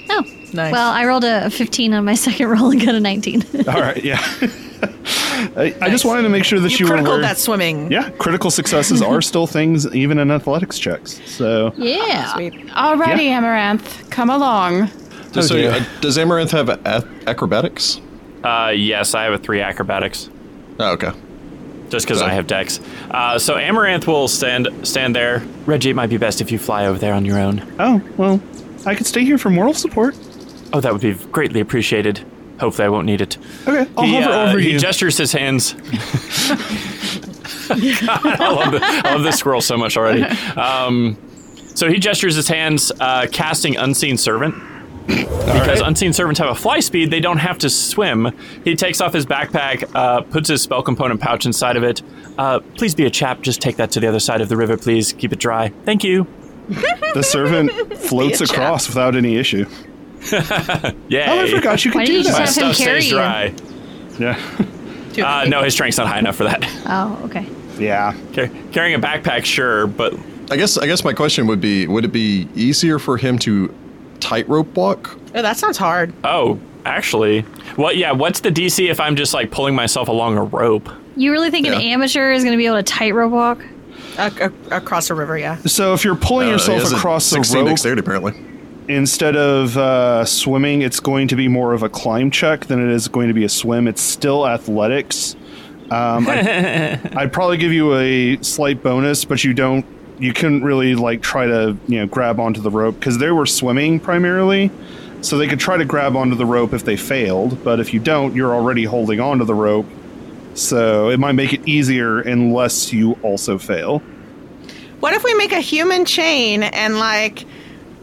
[SPEAKER 6] Oh,
[SPEAKER 7] Nice.
[SPEAKER 6] Well, I rolled a fifteen on my second roll and got a nineteen.
[SPEAKER 1] All right, yeah. I, I just wanted to make sure that
[SPEAKER 7] you
[SPEAKER 1] you, were
[SPEAKER 7] critical
[SPEAKER 1] aware.
[SPEAKER 7] that swimming.
[SPEAKER 1] yeah, critical successes are still things, even in athletics checks. So
[SPEAKER 6] yeah.
[SPEAKER 3] Alrighty, Amaranth, come along.
[SPEAKER 1] Oh,
[SPEAKER 5] Just so
[SPEAKER 4] Okay.
[SPEAKER 5] you- uh, does Amaranth have a- acrobatics?
[SPEAKER 4] Uh, yes, I have a three acrobatics.
[SPEAKER 5] Oh, okay.
[SPEAKER 4] just because
[SPEAKER 5] Okay.
[SPEAKER 4] I have decks. Uh, so Amaranth will stand stand there. Reggie, it might be best if you fly over there on your own.
[SPEAKER 1] Oh, well, I could stay here for moral support.
[SPEAKER 4] Oh, that would be greatly appreciated. Hopefully, I won't need it.
[SPEAKER 1] Okay, I'll
[SPEAKER 4] he,
[SPEAKER 1] hover
[SPEAKER 4] uh,
[SPEAKER 1] over
[SPEAKER 4] he
[SPEAKER 1] you.
[SPEAKER 4] gestures his hands. God, I, love the, I love this squirrel so much already. Um, so he gestures his hands, uh, casting Unseen Servant. Because unseen servants have a fly speed, they don't have to swim. He takes off his backpack, uh, puts his spell component pouch inside of it. Uh, please be a chap. Just take that to the other side of the river, please. Keep it dry. Thank you.
[SPEAKER 1] Oh, the servant floats
[SPEAKER 2] Be a chap.
[SPEAKER 1] across without any issue.
[SPEAKER 4] Yeah.
[SPEAKER 1] Oh, I forgot you could
[SPEAKER 6] Why
[SPEAKER 1] do
[SPEAKER 6] didn't you
[SPEAKER 1] that.
[SPEAKER 4] My
[SPEAKER 6] Just have
[SPEAKER 4] stuff
[SPEAKER 6] him
[SPEAKER 4] stays
[SPEAKER 6] carry
[SPEAKER 4] dry.
[SPEAKER 1] yeah.
[SPEAKER 4] Uh, no, his strength's not high enough for that.
[SPEAKER 6] Oh, okay.
[SPEAKER 1] yeah.
[SPEAKER 4] Car- Carrying a backpack, sure, but
[SPEAKER 5] I guess I guess my question would be: Would it be easier for him to tightrope walk?
[SPEAKER 2] Oh, that sounds hard.
[SPEAKER 4] oh, actually, what? Yeah, what's the DC if I'm just like pulling myself along a rope?
[SPEAKER 6] You really think
[SPEAKER 5] Yeah.
[SPEAKER 6] an amateur is going to be able to tightrope walk?
[SPEAKER 2] A- a- across a river, yeah.
[SPEAKER 1] So if you're pulling
[SPEAKER 5] I don't know, Uh,
[SPEAKER 1] yourself
[SPEAKER 5] he has a
[SPEAKER 1] across the
[SPEAKER 5] 16
[SPEAKER 1] rope
[SPEAKER 5] dexterity, apparently.
[SPEAKER 1] instead of uh, swimming, it's going to be more of a climb check than it is going to be a swim. It's still athletics. Um, I'd, I'd probably give you a slight bonus, but you don't. You couldn't really like try to you know grab onto the rope because they were swimming primarily, so they could try to grab onto the rope if they failed. But if you don't, you're already holding onto the rope, so it might make it easier unless you also fail.
[SPEAKER 2] What if we make a human chain and like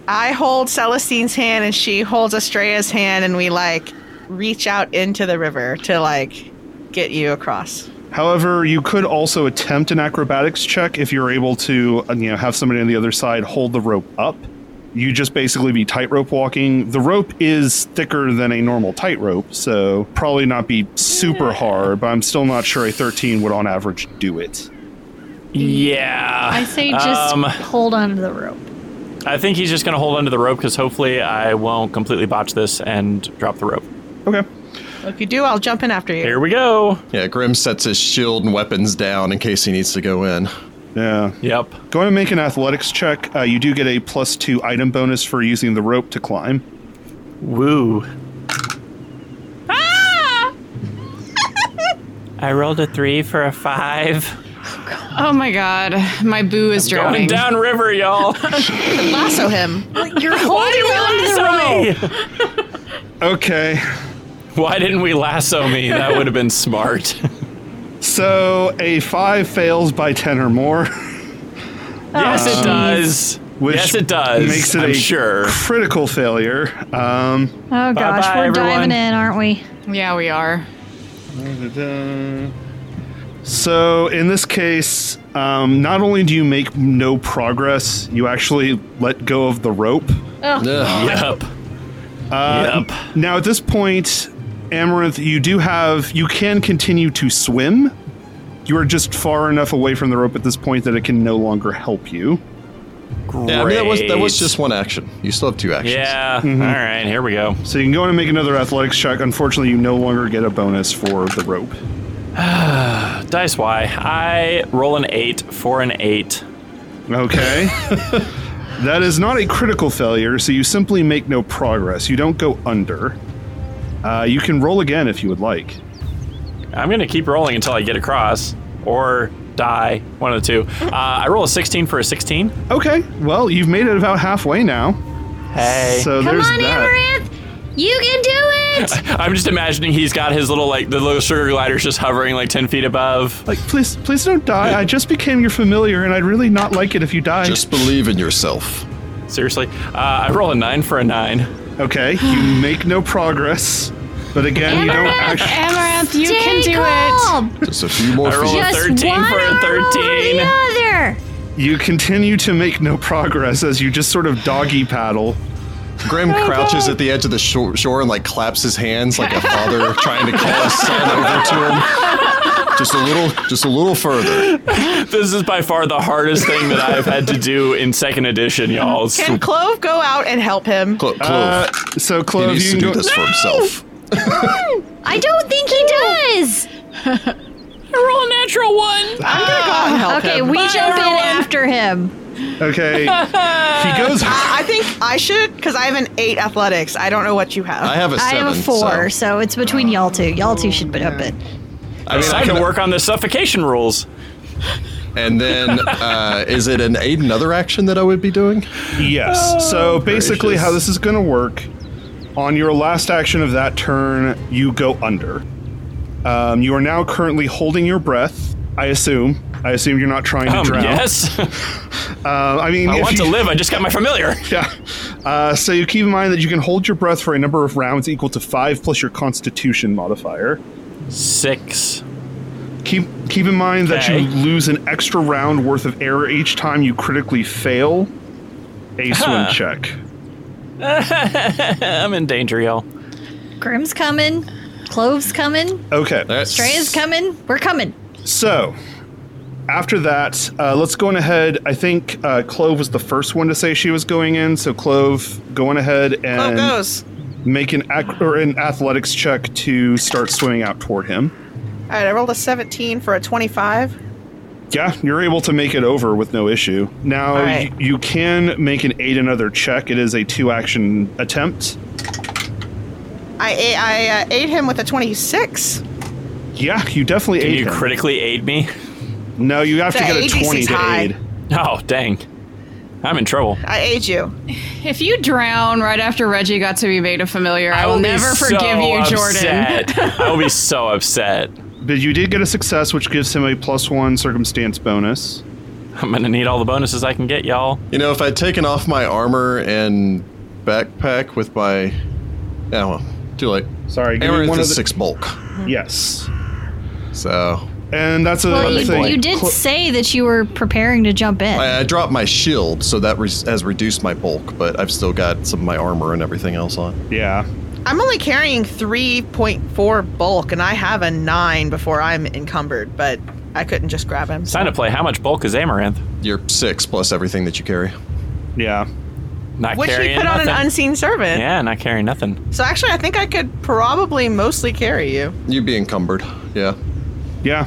[SPEAKER 2] I hold Celestine's hand and she holds Estrella's hand and we like reach out into the river to like get you across.
[SPEAKER 1] However, you could also attempt an acrobatics check if you're able to, uh, you know, have somebody on the other side hold the rope up. You just basically be tightrope walking. The rope is thicker than a normal tightrope, so probably not be super hard. But I'm still not sure a 13 would, on average, do it.
[SPEAKER 4] Yeah.
[SPEAKER 6] I say just
[SPEAKER 4] Um,
[SPEAKER 6] hold on to the rope.
[SPEAKER 4] I think he's just going to hold onto the rope because hopefully I won't completely botch this and drop the rope.
[SPEAKER 1] Okay.
[SPEAKER 2] If you do, I'll jump in after you.
[SPEAKER 4] Here we go.
[SPEAKER 5] Yeah, Grim sets his shield and weapons down in case he needs to go in.
[SPEAKER 1] Yeah.
[SPEAKER 4] Yep.
[SPEAKER 1] Go ahead and make an athletics check. Uh, you do get a plus two item bonus for using the rope to climb.
[SPEAKER 4] Woo. Ah! I rolled a three for a five.
[SPEAKER 3] Oh my god, my boo is drowning.
[SPEAKER 4] Going down river, y'all.
[SPEAKER 2] Lasso him.
[SPEAKER 3] You're holding
[SPEAKER 1] Okay.
[SPEAKER 4] Why didn't we lasso me? That would have been smart.
[SPEAKER 1] So a five fails by 10 or more.
[SPEAKER 4] yes,
[SPEAKER 5] Um,
[SPEAKER 4] it does.
[SPEAKER 1] which
[SPEAKER 4] yes, it does.
[SPEAKER 1] Makes it
[SPEAKER 4] I'm
[SPEAKER 1] a
[SPEAKER 4] sure.
[SPEAKER 1] critical failure. Um,
[SPEAKER 6] Oh gosh,
[SPEAKER 4] Bye-bye,
[SPEAKER 6] we're
[SPEAKER 4] everyone.
[SPEAKER 6] diving in, aren't we?
[SPEAKER 3] Yeah, we are.
[SPEAKER 1] so in this case, um, not only do you make no progress, you actually let go of the rope.
[SPEAKER 5] Yeah.
[SPEAKER 4] Yep.
[SPEAKER 1] Uh,
[SPEAKER 4] yep.
[SPEAKER 1] Now at this point, Amaranth, you do have you can continue to swim. You are just far enough away from the rope at this point that it can no longer help you.
[SPEAKER 5] Yeah, I mean that was that was
[SPEAKER 4] Great.
[SPEAKER 5] just Mm-hmm. one action. You still have two actions.
[SPEAKER 4] Yeah. All right. Here we go.
[SPEAKER 1] So you can go in and make another athletics check. Unfortunately, you no longer get a bonus for the rope.
[SPEAKER 4] Dice Y. I roll an eight for an eight.
[SPEAKER 1] Okay. that is not a critical failure, so you simply make no progress. You don't go under. Uh, you can roll again if you would like.
[SPEAKER 4] I'm gonna keep rolling until I get across or die. One of the two. Uh, I roll a 16 for a 16.
[SPEAKER 1] Okay, well, you've made it about halfway now.
[SPEAKER 4] Hey.
[SPEAKER 1] So
[SPEAKER 6] Come
[SPEAKER 1] there's
[SPEAKER 6] on,
[SPEAKER 1] that.
[SPEAKER 6] Amaranth, you can do it.
[SPEAKER 4] I'm just imagining he's got his little like the little sugar glider's just hovering like 10 feet above.
[SPEAKER 1] Like, please, please don't die. I just became your familiar, and I'd really not like it if you died.
[SPEAKER 5] Just believe in yourself.
[SPEAKER 4] Seriously. Uh, I roll a nine for a nine.
[SPEAKER 1] Okay, you make no progress. But again, you don't actually.
[SPEAKER 3] Amaranth, you can do it.
[SPEAKER 6] Jacob!
[SPEAKER 5] Just a few more
[SPEAKER 4] I rolled
[SPEAKER 5] feet.
[SPEAKER 4] a
[SPEAKER 6] Just
[SPEAKER 4] 13
[SPEAKER 6] one
[SPEAKER 4] for a
[SPEAKER 6] arm over
[SPEAKER 4] 13.
[SPEAKER 6] the other.
[SPEAKER 1] You continue to make no progress as you just sort of doggy paddle.
[SPEAKER 5] Graham crouches at the edge of the shore, shore and like claps his hands like a father trying to call his son over to him. Just a little, just a little further.
[SPEAKER 4] This is by far the hardest thing that I've had to do in second edition, y'all.
[SPEAKER 2] Can Clove go out and help him?
[SPEAKER 5] Clo- Clove,
[SPEAKER 1] Uh, so,
[SPEAKER 5] he
[SPEAKER 1] Clove,
[SPEAKER 5] needs
[SPEAKER 1] you
[SPEAKER 5] to
[SPEAKER 1] can
[SPEAKER 5] do
[SPEAKER 1] go.
[SPEAKER 5] this for himself.
[SPEAKER 6] I don't think he does.
[SPEAKER 7] Roll a natural one.
[SPEAKER 2] I'm gonna go out and help
[SPEAKER 6] Okay,
[SPEAKER 2] him.
[SPEAKER 6] we jump in
[SPEAKER 7] everyone.
[SPEAKER 6] after him.
[SPEAKER 1] Okay. he goes.
[SPEAKER 2] I think I should, because I have an eight athletics. I don't know what you have.
[SPEAKER 5] I have a
[SPEAKER 6] I
[SPEAKER 5] seven.
[SPEAKER 6] have a four, so, it's between y'all two. Y'all two should put up it.
[SPEAKER 5] I mean,
[SPEAKER 4] I can work on the suffocation rules.
[SPEAKER 5] And then, uh, is it an aid another action that I would be doing?
[SPEAKER 1] Yes. So basically,
[SPEAKER 5] gracious.
[SPEAKER 1] how this is going to work on your last action of that turn, you go under. Um, you are now currently holding your breath, I assume. I assume you're not trying to
[SPEAKER 4] Um,
[SPEAKER 1] drown.
[SPEAKER 4] yes.
[SPEAKER 1] Uh, I mean,
[SPEAKER 4] I
[SPEAKER 1] if
[SPEAKER 4] want
[SPEAKER 1] you-
[SPEAKER 4] to live. I just got my familiar.
[SPEAKER 1] Yeah. Uh, so you keep in mind that you can hold your breath for a number of rounds equal to five plus your Constitution modifier.
[SPEAKER 4] Six.
[SPEAKER 1] Keep keep in mind that you
[SPEAKER 4] Okay.
[SPEAKER 1] lose an extra round worth of air each time you critically fail a swim
[SPEAKER 4] Huh.
[SPEAKER 1] check.
[SPEAKER 4] I'm in danger, y'all.
[SPEAKER 6] Grim's coming. Clove's coming.
[SPEAKER 1] Okay.
[SPEAKER 6] Dreya's coming. We're coming.
[SPEAKER 1] So, after that, uh, let's go on ahead. I think uh, Clove was the first one to say she was going in. So, Clove, go on ahead
[SPEAKER 2] Clove
[SPEAKER 1] and
[SPEAKER 2] Oh, goes.
[SPEAKER 1] make an, ac- or an athletics check to start swimming out toward him.
[SPEAKER 2] All right, I rolled a 17 for a 25.
[SPEAKER 1] Yeah, you're able to make it over with no issue. Now,
[SPEAKER 2] All right.
[SPEAKER 1] y- you can make an aid another check. It is a two action attempt.
[SPEAKER 2] I a- I uh, ate him with a 26.
[SPEAKER 1] Yeah, you definitely
[SPEAKER 4] Can
[SPEAKER 1] aid
[SPEAKER 4] you
[SPEAKER 1] him.
[SPEAKER 4] critically aid me?
[SPEAKER 1] no, you have to
[SPEAKER 2] The
[SPEAKER 1] get a
[SPEAKER 2] ADC's
[SPEAKER 1] 20 to
[SPEAKER 2] high.
[SPEAKER 1] aid.
[SPEAKER 4] Oh, dang. I'm in trouble.
[SPEAKER 2] I ate you.
[SPEAKER 3] If you drown right after Reggie got to be made a familiar, I, will
[SPEAKER 4] be
[SPEAKER 3] never
[SPEAKER 4] so
[SPEAKER 3] forgive you, Jordan.
[SPEAKER 4] upset. I will be so upset.
[SPEAKER 1] But you did get a success, which gives him a plus one circumstance bonus.
[SPEAKER 4] I'm gonna need all the bonuses I can get, y'all.
[SPEAKER 5] You know, if I'd taken off my armor and backpack with my, yeah, well, too late.
[SPEAKER 1] Sorry, give me
[SPEAKER 5] Amaranth
[SPEAKER 1] one
[SPEAKER 5] is
[SPEAKER 1] of the-
[SPEAKER 5] six bulk,
[SPEAKER 2] Mm-hmm.
[SPEAKER 1] Yes.
[SPEAKER 5] so
[SPEAKER 1] And that's
[SPEAKER 6] Well,
[SPEAKER 1] another
[SPEAKER 6] you,
[SPEAKER 1] thing.
[SPEAKER 6] you did
[SPEAKER 1] Clo-
[SPEAKER 6] say that you were preparing to jump
[SPEAKER 4] Oh,
[SPEAKER 6] in.
[SPEAKER 5] I, I dropped my shield, so that res- has reduced my bulk, but I've still got some of my armor and everything else on.
[SPEAKER 1] yeah.
[SPEAKER 2] I'm only carrying 3.4 bulk, and I have a nine before I'm encumbered, but I couldn't just grab him.
[SPEAKER 4] Time to play. How much bulk is Amaranth?
[SPEAKER 5] You're six plus everything that you carry.
[SPEAKER 1] Yeah.
[SPEAKER 4] Not
[SPEAKER 2] Which we
[SPEAKER 4] carrying
[SPEAKER 2] put on
[SPEAKER 4] nothing.
[SPEAKER 2] an unseen servant.
[SPEAKER 4] yeah, not carrying nothing.
[SPEAKER 2] So actually, I think I could probably mostly carry you.
[SPEAKER 5] You'd be encumbered, yeah.
[SPEAKER 1] Yeah.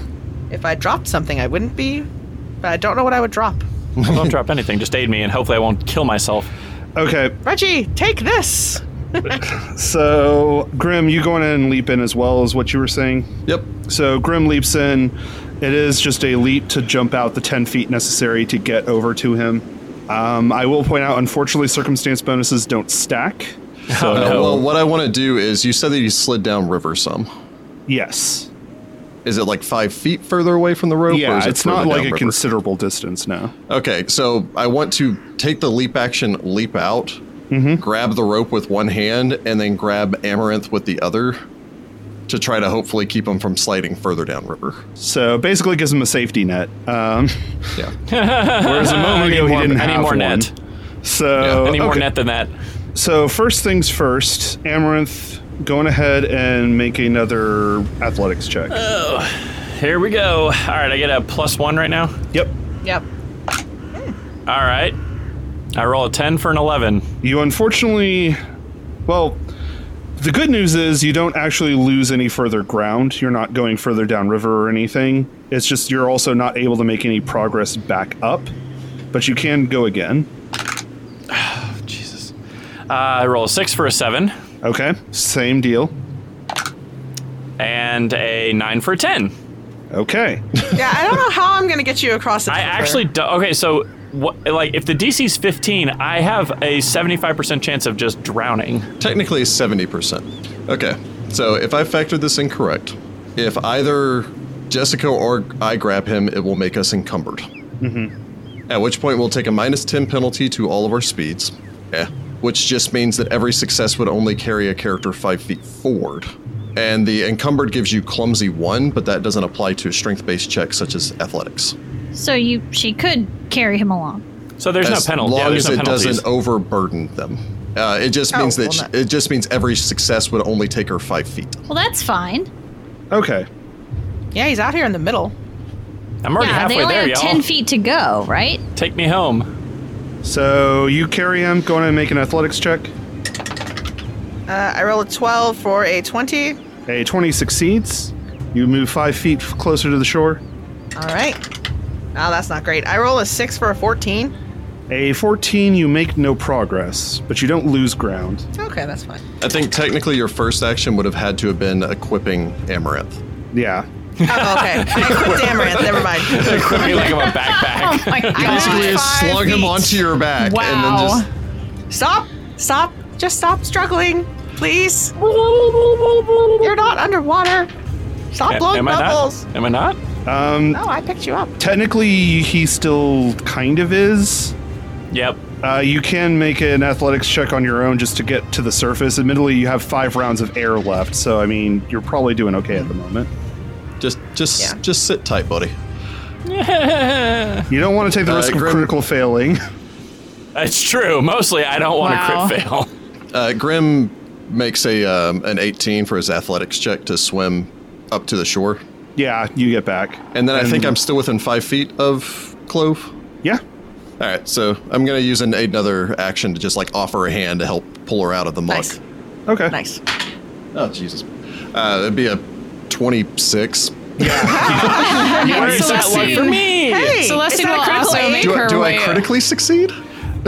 [SPEAKER 2] If I dropped something, I wouldn't be, but I don't know what I would drop.
[SPEAKER 4] I won't drop anything. Just aid me, and hopefully I won't kill myself.
[SPEAKER 1] Okay.
[SPEAKER 2] Reggie, take this.
[SPEAKER 1] So, Grim, you go in and leap in as well as what you were saying.
[SPEAKER 5] Yep.
[SPEAKER 1] So Grim leaps in. It is just a leap to jump out the 10 feet necessary to get over to him. Um, I will point out, unfortunately, circumstance bonuses don't stack. So,
[SPEAKER 5] Uh, well, what I want to do is, you said that you slid down river some.
[SPEAKER 1] yes.
[SPEAKER 5] Is it like five feet further away from the rope? or
[SPEAKER 1] Yeah,
[SPEAKER 5] is it
[SPEAKER 1] it's not
[SPEAKER 5] further
[SPEAKER 1] like a
[SPEAKER 5] down river?
[SPEAKER 1] considerable distance now.
[SPEAKER 5] Okay, so I want to take the leap action, leap out,
[SPEAKER 1] Mm-hmm.
[SPEAKER 5] grab the rope with one hand, and then grab Amaranth with the other to try to hopefully keep him from sliding further downriver.
[SPEAKER 1] So basically, it gives him a safety net. Um,
[SPEAKER 5] Yeah.
[SPEAKER 1] whereas a moment ago, he
[SPEAKER 4] more-
[SPEAKER 1] didn't
[SPEAKER 4] I need
[SPEAKER 1] have
[SPEAKER 4] more
[SPEAKER 1] one.
[SPEAKER 4] net.
[SPEAKER 1] So
[SPEAKER 5] Oh,
[SPEAKER 4] I need more
[SPEAKER 1] okay.
[SPEAKER 4] net than that.
[SPEAKER 1] So first things first, Amaranth, going ahead and make another athletics check.
[SPEAKER 4] Here we go. All right, I get a plus one right now.
[SPEAKER 1] yep.
[SPEAKER 2] Yep.
[SPEAKER 4] All right. I roll a 10 for an 11.
[SPEAKER 1] You unfortunately, well, the good news is you don't actually lose any further ground. You're not going further downriver or anything. It's just you're also not able to make any progress back up, but you can go again.
[SPEAKER 4] Jesus. Uh, I roll a 6 for a 7
[SPEAKER 1] Okay, same deal.
[SPEAKER 4] and a 9 for a 10.
[SPEAKER 1] Okay.
[SPEAKER 2] Yeah, I don't know how I'm gonna get you across the.
[SPEAKER 4] I
[SPEAKER 2] river.
[SPEAKER 4] actually do- okay. So, what, like, if the DC's 15, I have a 75% chance of just drowning.
[SPEAKER 5] Technically 70%. Okay, so if I factored this in correct, if either Jessica or I grab him, it will make us encumbered. Mm-hmm. At which point, we'll take a minus 10 penalty to all of our speeds. eh, Yeah. Which just means that every success would only carry a character five feet forward. And the encumbered gives you clumsy one, but that doesn't apply to strength based checks such as athletics.
[SPEAKER 6] So you, she could carry him along.
[SPEAKER 4] So there's
[SPEAKER 5] as
[SPEAKER 4] no penalty.
[SPEAKER 5] long
[SPEAKER 4] yeah, there's
[SPEAKER 5] as
[SPEAKER 4] no
[SPEAKER 5] it
[SPEAKER 4] penalties.
[SPEAKER 5] doesn't overburden them. Uh, it just
[SPEAKER 2] Oh,
[SPEAKER 5] means that
[SPEAKER 2] well,
[SPEAKER 5] sh-
[SPEAKER 2] that-
[SPEAKER 5] it just means every success would only take her five feet.
[SPEAKER 6] Well, that's fine.
[SPEAKER 1] Okay.
[SPEAKER 2] Yeah, he's out here in the middle.
[SPEAKER 4] I'm already
[SPEAKER 6] yeah, they
[SPEAKER 4] halfway
[SPEAKER 6] only
[SPEAKER 4] there,
[SPEAKER 6] have
[SPEAKER 4] y'all.
[SPEAKER 6] ten feet to go, right?
[SPEAKER 4] Take me home.
[SPEAKER 1] So you carry him, go on and make an athletics check.
[SPEAKER 2] Uh, I roll a 12 for a 20.
[SPEAKER 1] A 20 succeeds. You move five feet closer to the shore.
[SPEAKER 2] All right. Oh, that's not great. I roll a 6 for a 14.
[SPEAKER 1] A 14, you make no progress, but you don't lose ground.
[SPEAKER 2] Okay, that's fine.
[SPEAKER 5] I think technically your first action would have had to have been equipping Amaranth.
[SPEAKER 1] Yeah.
[SPEAKER 2] Oh, okay. I quit Amaranth. Never mind.
[SPEAKER 4] Equip me like I'm a backpack.
[SPEAKER 3] my
[SPEAKER 2] basically
[SPEAKER 5] Basically,
[SPEAKER 2] Five
[SPEAKER 5] just slung him
[SPEAKER 2] feet.
[SPEAKER 5] onto your back
[SPEAKER 3] Wow.
[SPEAKER 5] and then
[SPEAKER 2] Stop. Stop. Just stop struggling, please. You're not underwater. Stop
[SPEAKER 4] A-
[SPEAKER 2] blowing
[SPEAKER 4] am I
[SPEAKER 2] bubbles.
[SPEAKER 4] not? Am I not?
[SPEAKER 1] Um,
[SPEAKER 2] No, I picked you up.
[SPEAKER 1] technically, he still kind of is.
[SPEAKER 4] Yep.
[SPEAKER 1] Uh, you can make an athletics check on your own just to get to the surface. Admittedly, you have five rounds of air left, so I mean, you're probably doing okay at the moment.
[SPEAKER 5] just just just
[SPEAKER 2] Yeah.
[SPEAKER 5] just sit tight, buddy.
[SPEAKER 1] You don't want to take the
[SPEAKER 5] Uh,
[SPEAKER 1] risk of
[SPEAKER 5] Grim-
[SPEAKER 1] critical failing.
[SPEAKER 4] It's true. Mostly, I don't want
[SPEAKER 3] Wow.
[SPEAKER 4] to crit fail.
[SPEAKER 5] Uh, Grim makes a um, an 18 for his athletics check to swim up to the shore,
[SPEAKER 1] yeah, you get back.
[SPEAKER 5] and then I think I'm still within five feet of Clove.
[SPEAKER 1] Yeah.
[SPEAKER 5] All right, so I'm gonna use an, another action to just like offer a hand to help pull her out of the mud.
[SPEAKER 2] Nice.
[SPEAKER 1] Okay.
[SPEAKER 2] Nice.
[SPEAKER 5] Oh Jesus! Uh, it'd be a 26.
[SPEAKER 4] Where is that one for
[SPEAKER 3] Celestine-
[SPEAKER 4] me?
[SPEAKER 2] Hey,
[SPEAKER 3] Celestine
[SPEAKER 2] is that
[SPEAKER 3] will
[SPEAKER 2] a critical
[SPEAKER 3] also
[SPEAKER 2] aid?
[SPEAKER 3] make-
[SPEAKER 5] Do, I-
[SPEAKER 3] Her
[SPEAKER 5] do I
[SPEAKER 3] way up.
[SPEAKER 5] critically succeed?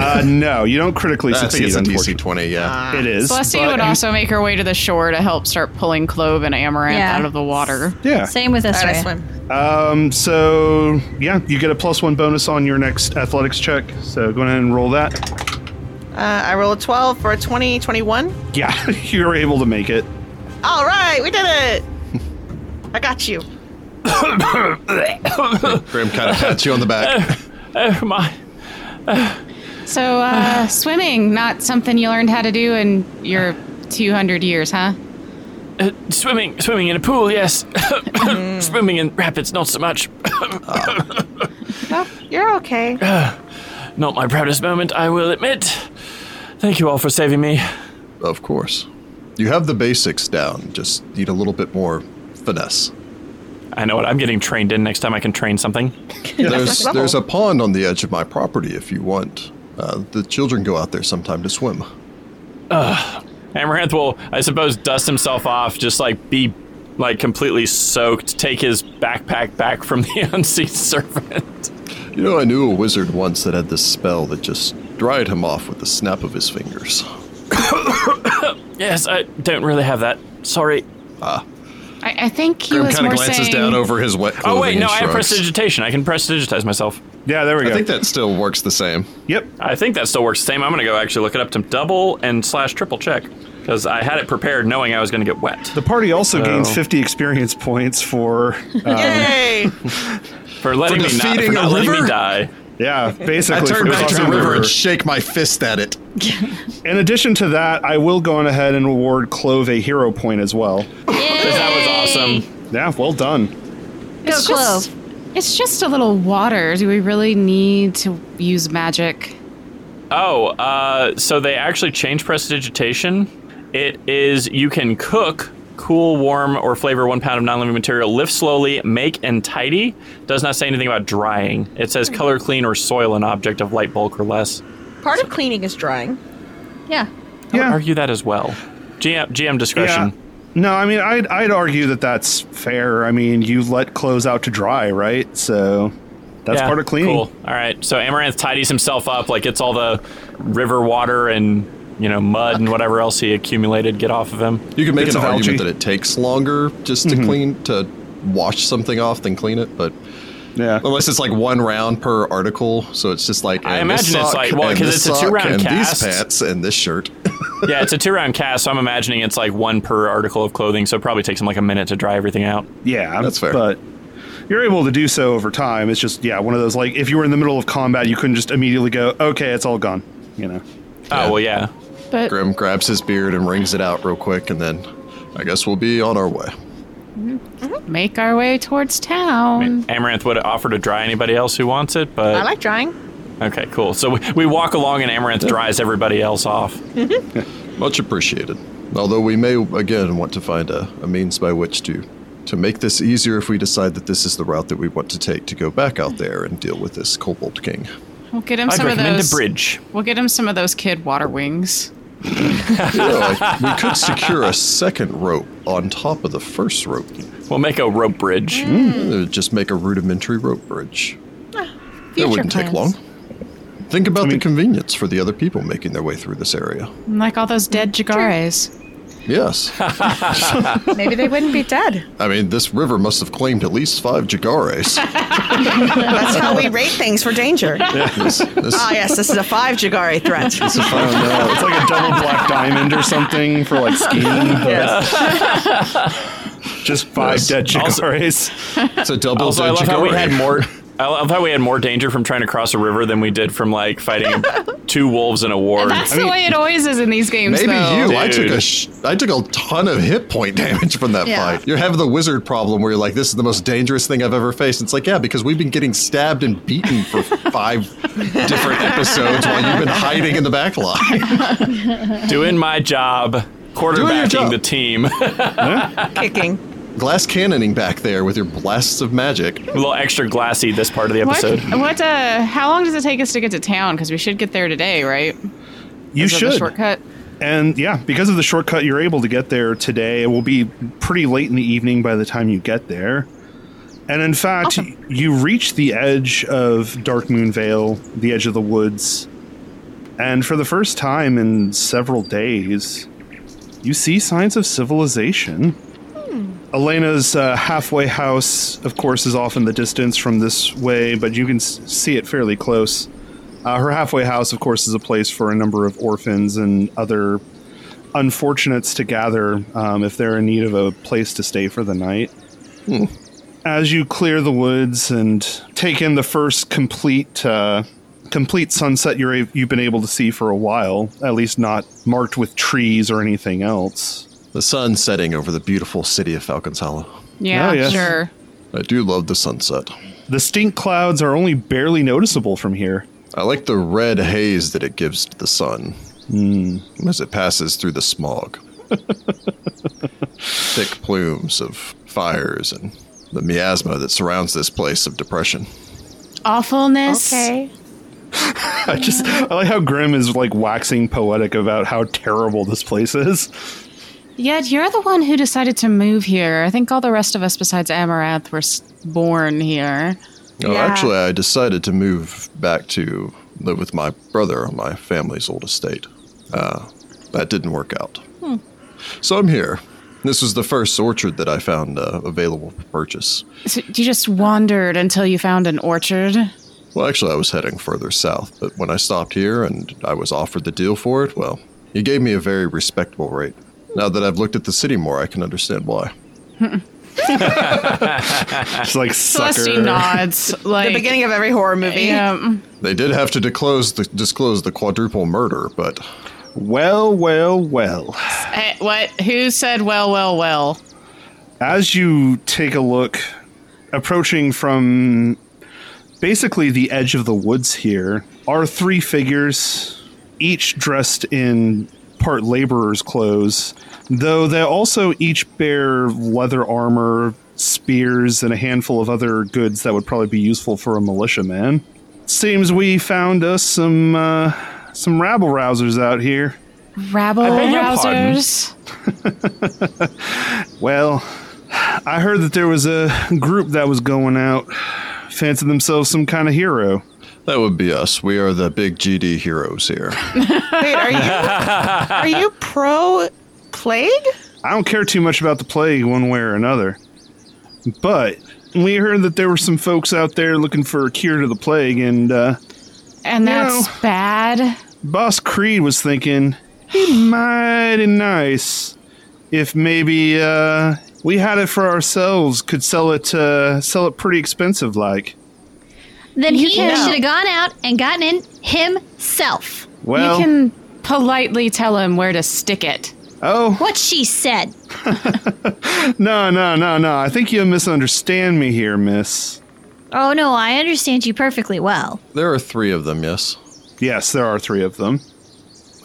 [SPEAKER 1] Uh, no, you don't critically
[SPEAKER 5] I think
[SPEAKER 1] succeed.
[SPEAKER 5] it's a DC
[SPEAKER 1] unfortunately.
[SPEAKER 5] 20. Yeah.
[SPEAKER 1] It is.
[SPEAKER 3] Celestine
[SPEAKER 1] but-
[SPEAKER 3] would also make her way to the shore to help start pulling Clove and Amaranth
[SPEAKER 6] Yeah.
[SPEAKER 3] out of the water.
[SPEAKER 1] Yeah.
[SPEAKER 6] Same with
[SPEAKER 2] All right, I
[SPEAKER 6] Estria.
[SPEAKER 2] swim.
[SPEAKER 1] Um, so yeah, you get a plus one bonus on your next athletics check. So go ahead and roll that.
[SPEAKER 2] Uh, I roll a 12 for a 20, 21.
[SPEAKER 1] Yeah, you're able to make it.
[SPEAKER 2] All right, we did it. I got you.
[SPEAKER 5] Grim kind of pats you on the back.
[SPEAKER 4] Oh, my.
[SPEAKER 3] So, uh, swimming, not something you learned how to do in your 200 years, huh?
[SPEAKER 4] Uh, swimming, swimming in a pool, yes. swimming in rapids, not so much.
[SPEAKER 2] You're okay.
[SPEAKER 4] Uh, Not my proudest moment, I will admit. Thank you all for saving me.
[SPEAKER 5] of course. You have the basics down. Just need a little bit more finesse.
[SPEAKER 4] I know what I'm getting trained in. Next time I can train something.
[SPEAKER 5] There's
[SPEAKER 2] level.
[SPEAKER 5] there's a pond on the edge of my property if you want. Uh, the children go out there sometime to swim.
[SPEAKER 4] Amaranth will, I suppose, dust himself off, just like be like completely soaked, take his backpack back from the unseen servant.
[SPEAKER 5] You know, I knew a wizard once that had this spell that just dried him off with the snap of his fingers.
[SPEAKER 4] Yes, I don't really have that. Sorry.
[SPEAKER 3] I, I think he was
[SPEAKER 5] kinda
[SPEAKER 3] more saying.
[SPEAKER 5] over his wet
[SPEAKER 4] Oh
[SPEAKER 5] clothing
[SPEAKER 4] wait,
[SPEAKER 5] and
[SPEAKER 4] no, I have
[SPEAKER 5] shrugs.
[SPEAKER 4] prestidigitation. I can prestidigitize myself.
[SPEAKER 1] Yeah, there we
[SPEAKER 5] I
[SPEAKER 1] go.
[SPEAKER 5] think that still works the same.
[SPEAKER 1] yep.
[SPEAKER 4] I think that still works the same. I'm gonna go actually look it up to double and slash triple check because I had it prepared knowing I was gonna get wet
[SPEAKER 1] The party also gains
[SPEAKER 4] So-
[SPEAKER 1] 50 experience points for, uh,
[SPEAKER 2] Yay!
[SPEAKER 4] for letting me not, for
[SPEAKER 5] defeating
[SPEAKER 4] not
[SPEAKER 5] a
[SPEAKER 4] letting me
[SPEAKER 5] river?
[SPEAKER 4] die.
[SPEAKER 1] yeah,
[SPEAKER 5] I
[SPEAKER 1] basically.
[SPEAKER 5] turn
[SPEAKER 1] for
[SPEAKER 5] back to the
[SPEAKER 1] crossing
[SPEAKER 5] river and shake my fist at it.
[SPEAKER 1] In addition to that, I will go on ahead and award Clove a hero point as well.
[SPEAKER 4] 'Cause that was awesome.
[SPEAKER 1] Yeah, well done.
[SPEAKER 6] Go,
[SPEAKER 3] It's just-
[SPEAKER 6] Clove.
[SPEAKER 3] It's just a little water. Do we really need to use magic?
[SPEAKER 4] Oh, uh, so they actually changed prestidigitation. It is you can cook, cool, warm, or flavor one pound of non-living material. Lift slowly, make and tidy. Does not say anything about drying. It says color clean or soil an object of light bulk or less.
[SPEAKER 2] Part of cleaning is drying.
[SPEAKER 6] Yeah.
[SPEAKER 1] Yeah.
[SPEAKER 4] Argue that as well. GM, GM discretion.
[SPEAKER 1] No, I mean, I'd, I'd argue that that's fair. I mean, you let clothes out to dry, right? So that's
[SPEAKER 4] Yeah,
[SPEAKER 1] part of cleaning.
[SPEAKER 4] Cool. All right. So Amaranth tidies himself up, like gets all the river water and you know mud and whatever else he accumulated get off of him.
[SPEAKER 5] You can make
[SPEAKER 1] Bits
[SPEAKER 5] an
[SPEAKER 1] of
[SPEAKER 5] argument
[SPEAKER 1] algae.
[SPEAKER 5] that it takes longer just to
[SPEAKER 4] Mm-hmm.
[SPEAKER 5] clean to wash something off than clean it, but
[SPEAKER 1] Yeah.
[SPEAKER 5] unless it's like one round per article, so it's just like
[SPEAKER 4] I
[SPEAKER 5] and this
[SPEAKER 4] imagine it's
[SPEAKER 5] sock,
[SPEAKER 4] like- well,
[SPEAKER 5] and
[SPEAKER 4] 'cause
[SPEAKER 5] this
[SPEAKER 4] it's a
[SPEAKER 5] sock,
[SPEAKER 4] two-round
[SPEAKER 5] and
[SPEAKER 4] cast.
[SPEAKER 5] these pants and this shirt.
[SPEAKER 4] yeah, it's a two round cast, so I'm imagining it's like one per article of clothing, so it probably takes him like a minute to dry everything out.
[SPEAKER 1] Yeah,
[SPEAKER 5] That's fair.
[SPEAKER 1] But you're able to do so over time. It's just yeah, one of those like if you were in the middle of combat, you couldn't just immediately go, okay, it's all gone. You know.
[SPEAKER 4] Oh well, yeah.
[SPEAKER 3] But
[SPEAKER 5] Grim grabs his beard and wrings it out real quick, and then I guess we'll be on our way.
[SPEAKER 3] Make our way towards town.
[SPEAKER 4] I mean, Amaranth would offer to dry anybody else who wants it, but
[SPEAKER 2] I like drawing.
[SPEAKER 4] okay, cool. So we, we walk along and Amaranth dries everybody else off.
[SPEAKER 5] Much appreciated. Although we may again want to find a, a means by which to to make this easier if we decide that this is the route that we want to take to go back out there and deal with this kobold king.
[SPEAKER 3] We'll get him
[SPEAKER 4] I'd
[SPEAKER 3] some of
[SPEAKER 4] recommend
[SPEAKER 3] those.
[SPEAKER 4] a bridge.
[SPEAKER 3] We'll get him some of those kid water wings.
[SPEAKER 5] You know, like, we could secure a second rope on top of the first rope.
[SPEAKER 2] Hmm.
[SPEAKER 4] We'll make a rope bridge.
[SPEAKER 5] Uh, Just make a rudimentary rope bridge. It wouldn't take long.
[SPEAKER 2] Ah, plans.
[SPEAKER 5] Think about
[SPEAKER 1] mean-
[SPEAKER 5] the convenience for the other people making their way through this area.
[SPEAKER 3] And Like all those dead Jagares.
[SPEAKER 5] Yes.
[SPEAKER 2] Maybe they wouldn't be dead.
[SPEAKER 5] I mean, this river must have claimed at least five Jagares.
[SPEAKER 2] That's how we rate things for danger.
[SPEAKER 5] This- this-
[SPEAKER 2] Ah, yes, this is a five Jagari threat.
[SPEAKER 1] I don't know. Oh, It's like a double black diamond or something for like skiing. but Just five
[SPEAKER 5] Yes.
[SPEAKER 1] dead
[SPEAKER 4] Also-
[SPEAKER 1] chicories.
[SPEAKER 5] It's a double
[SPEAKER 4] Also, I love how we
[SPEAKER 5] Jagare.
[SPEAKER 4] had more. I love how we had more danger from trying to cross a river than we did from like fighting two wolves in a ward.
[SPEAKER 3] That's
[SPEAKER 1] I mean-
[SPEAKER 3] the way it always is in these games.
[SPEAKER 5] Maybe
[SPEAKER 3] though.
[SPEAKER 5] you. I took a
[SPEAKER 4] Dude.
[SPEAKER 5] sh- I took a ton of hit point damage from that
[SPEAKER 6] Yeah.
[SPEAKER 5] fight. You're having the wizard problem where you're like, this is the most dangerous thing I've ever faced. It's like, yeah, because we've been getting stabbed and beaten for five different episodes while you've been hiding in the back line.
[SPEAKER 4] Doing my job, quarterbacking
[SPEAKER 5] job.
[SPEAKER 4] the team. a
[SPEAKER 2] Kicking.
[SPEAKER 5] Glass cannoning back there with your blasts of magic.
[SPEAKER 4] little extra glassy this part of the
[SPEAKER 3] What?
[SPEAKER 4] episode.
[SPEAKER 3] What? Uh, how long does it take us to get to town? Because we should get there today, right?
[SPEAKER 1] You
[SPEAKER 3] Is that the
[SPEAKER 1] should.
[SPEAKER 3] shortcut.
[SPEAKER 1] And yeah, because of the shortcut, you're able to get there today. It will be pretty late in the evening by the time you get there. And in fact, you reach the edge of Dark Moon Vale, the edge of the woods. And for the first time in several days, you see signs of civilization. Elena's uh, halfway house, of course, is off in the distance from this way, but you can s- see it fairly close. Uh, her halfway house, of course, is a place for a number of orphans and other unfortunates to gather um, if they're in need of a place to stay for the night. As you clear the woods and take in the first complete uh, complete sunset you're, a- you've been able to see for a while, at least not marked with trees or anything else.
[SPEAKER 5] The sun setting over the beautiful city of Falcon's Hollow.
[SPEAKER 3] Yeah,
[SPEAKER 1] Oh, yes.
[SPEAKER 3] sure.
[SPEAKER 5] I do love the sunset.
[SPEAKER 1] The stink clouds are only barely noticeable from here.
[SPEAKER 5] I like the red haze that it gives to the sun as it passes through the smog. Thick plumes of fires and the miasma that surrounds this place of depression.
[SPEAKER 3] Awfulness.
[SPEAKER 1] I just I like how Grim is like waxing poetic about how terrible this place is.
[SPEAKER 3] Yet you're the one who decided to move here. I think all the rest of us, besides Amaranth, were s- born here.
[SPEAKER 5] Oh, actually, I decided to move back to live with my brother on my family's old estate. Uh, that didn't work out. So I'm here. This was the first orchard that I found uh, available for purchase.
[SPEAKER 3] So you just wandered until you found an orchard.
[SPEAKER 5] Well, actually, I was heading further south, but when I stopped here and I was offered the deal for it, well, he gave me a very respectable rate. Now that I've looked at the city more, I can understand why.
[SPEAKER 1] It's like
[SPEAKER 3] Celestine
[SPEAKER 1] sucker.
[SPEAKER 3] nods. Like
[SPEAKER 2] The beginning of every horror movie.
[SPEAKER 3] Yeah.
[SPEAKER 5] They did have to disclose the, disclose the quadruple murder, but
[SPEAKER 1] Well, well, well.
[SPEAKER 3] Eh, what? Who said? Well, well, well.
[SPEAKER 1] As you take a look, approaching from basically the edge of the woods here, are three figures, each dressed in part laborer's clothes, though they also each bear leather armor, spears, and a handful of other goods that would probably be useful for a militiaman. Seems we found us some uh, some rabble rousers out here.
[SPEAKER 3] Rabble
[SPEAKER 4] beg your
[SPEAKER 3] rousers.
[SPEAKER 1] Well, I heard that there was a group that was going out, fancying themselves some kind of hero.
[SPEAKER 5] that would be us. We are the big GD heroes here.
[SPEAKER 2] Wait, are you are you pro plague?
[SPEAKER 1] I don't care too much about the plague one way or another, but we heard that there were some folks out there looking for a cure to the plague, and uh,
[SPEAKER 3] And that's
[SPEAKER 1] No.
[SPEAKER 3] bad.
[SPEAKER 1] Boss Creed was thinking it'd be mighty nice if maybe uh, we had it for ourselves, could sell it uh, sell it pretty expensive like.
[SPEAKER 6] Then he
[SPEAKER 2] No.
[SPEAKER 6] should have gone out and gotten in himself.
[SPEAKER 1] Well,
[SPEAKER 3] you can politely tell him where to stick it.
[SPEAKER 1] Oh,
[SPEAKER 6] What she said.
[SPEAKER 1] no, no, no, no. I think you misunderstand me here, miss.
[SPEAKER 6] Oh no, I understand you perfectly well.
[SPEAKER 5] There are three of them, yes.
[SPEAKER 1] Yes, there are three of them.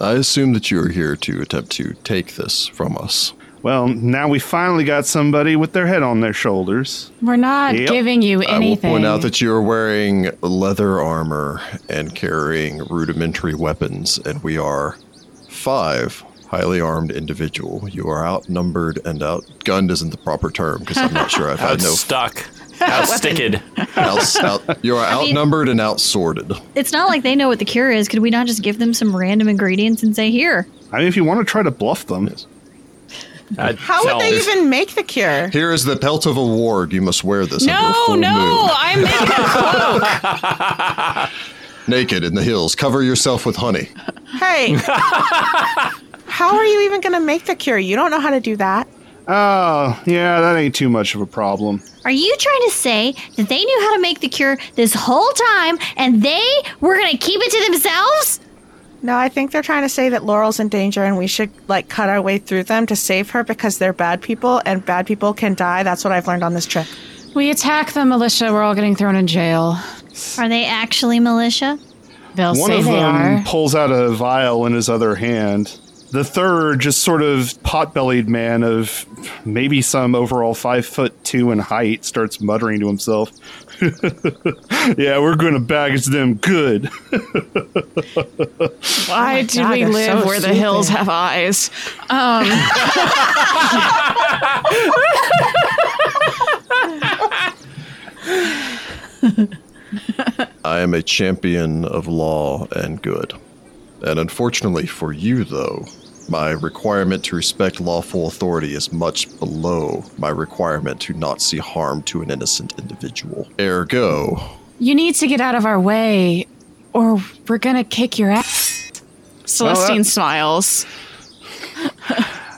[SPEAKER 5] I assume that you are here to attempt to take this from us.
[SPEAKER 1] Well, now we finally got somebody with their head on their shoulders.
[SPEAKER 3] We're not
[SPEAKER 1] Yep.
[SPEAKER 3] giving you anything.
[SPEAKER 5] I will point out that you are wearing leather armor and carrying rudimentary weapons, and we are five highly armed individual. You are outnumbered and outgunned isn't the proper term because I'm not sure I've had no
[SPEAKER 4] Outstuck. Outsticked.
[SPEAKER 5] out, out, you are
[SPEAKER 6] mean-
[SPEAKER 5] outnumbered and outsworded.
[SPEAKER 6] It's not like they know what the cure is. Could we not just give them some random ingredients and say, here?
[SPEAKER 1] I mean, if you want to try to bluff them,
[SPEAKER 4] I'd
[SPEAKER 2] How
[SPEAKER 4] tell.
[SPEAKER 2] would they even make the cure?
[SPEAKER 5] Here is the pelt of a ward. You must wear this. under a
[SPEAKER 3] no,
[SPEAKER 5] full
[SPEAKER 3] no,
[SPEAKER 5] moon.
[SPEAKER 3] I'm making
[SPEAKER 5] Naked in the hills. Cover yourself with honey.
[SPEAKER 2] Hey. How are you even going to make the cure? You don't know how to do that.
[SPEAKER 1] oh, yeah, that ain't too much of a problem.
[SPEAKER 6] Are you trying to say that they knew how to make the cure this whole time and they were going to keep it to themselves?
[SPEAKER 2] No, I think they're trying to say that Laurel's in danger and we should like cut our way through them to save her because they're bad people and bad people can die. That's what I've learned on this trip.
[SPEAKER 3] We attack the militia, we're all getting thrown in jail.
[SPEAKER 6] Are they actually militia?
[SPEAKER 3] They'll
[SPEAKER 1] One
[SPEAKER 3] say
[SPEAKER 1] of
[SPEAKER 3] they
[SPEAKER 1] them
[SPEAKER 3] are.
[SPEAKER 1] pulls out a vial in his other hand. The third, just sort of pot bellied man of maybe some overall five foot two in height, starts muttering to himself, Yeah, we're going to baggage them good.
[SPEAKER 3] Why do
[SPEAKER 2] God,
[SPEAKER 3] we
[SPEAKER 2] they're
[SPEAKER 3] live
[SPEAKER 2] so
[SPEAKER 3] where the
[SPEAKER 2] stupid.
[SPEAKER 3] hills have eyes?
[SPEAKER 5] I am a champion of law and good. And unfortunately for you, though, my requirement to respect lawful authority is much below my requirement to not see harm to an innocent individual. Ergo,
[SPEAKER 3] You need to get out of our way, or we're gonna kick your ass. Celestine smiles.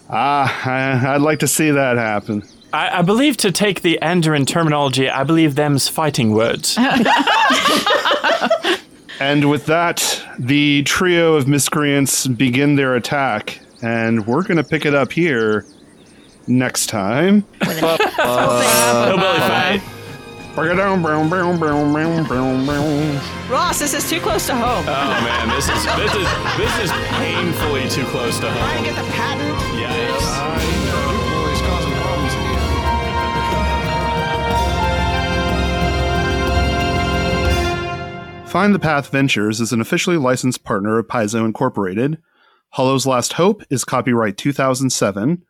[SPEAKER 1] Ah, I, I'd like to see that happen.
[SPEAKER 4] I, I believe to take the Andoran terminology, I believe them's fighting words.
[SPEAKER 2] Oh,
[SPEAKER 1] And with that, the trio of miscreants begin their attack, and we're going to pick it up here next time.
[SPEAKER 4] Hillbilly fight.
[SPEAKER 2] Ross, this is too close to home.
[SPEAKER 4] Oh man, this is this is this is painfully too close to
[SPEAKER 2] Trying
[SPEAKER 4] home.
[SPEAKER 2] to get the patent.
[SPEAKER 4] Yikes.
[SPEAKER 1] Find the Path Ventures is an officially licensed partner of Paizo Incorporated. Hollow's Last Hope is copyright 2007.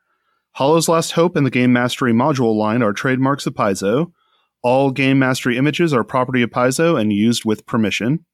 [SPEAKER 1] Hollow's Last Hope and the Game Mastery module line are trademarks of Paizo. All Game Mastery images are property of Paizo and used with permission.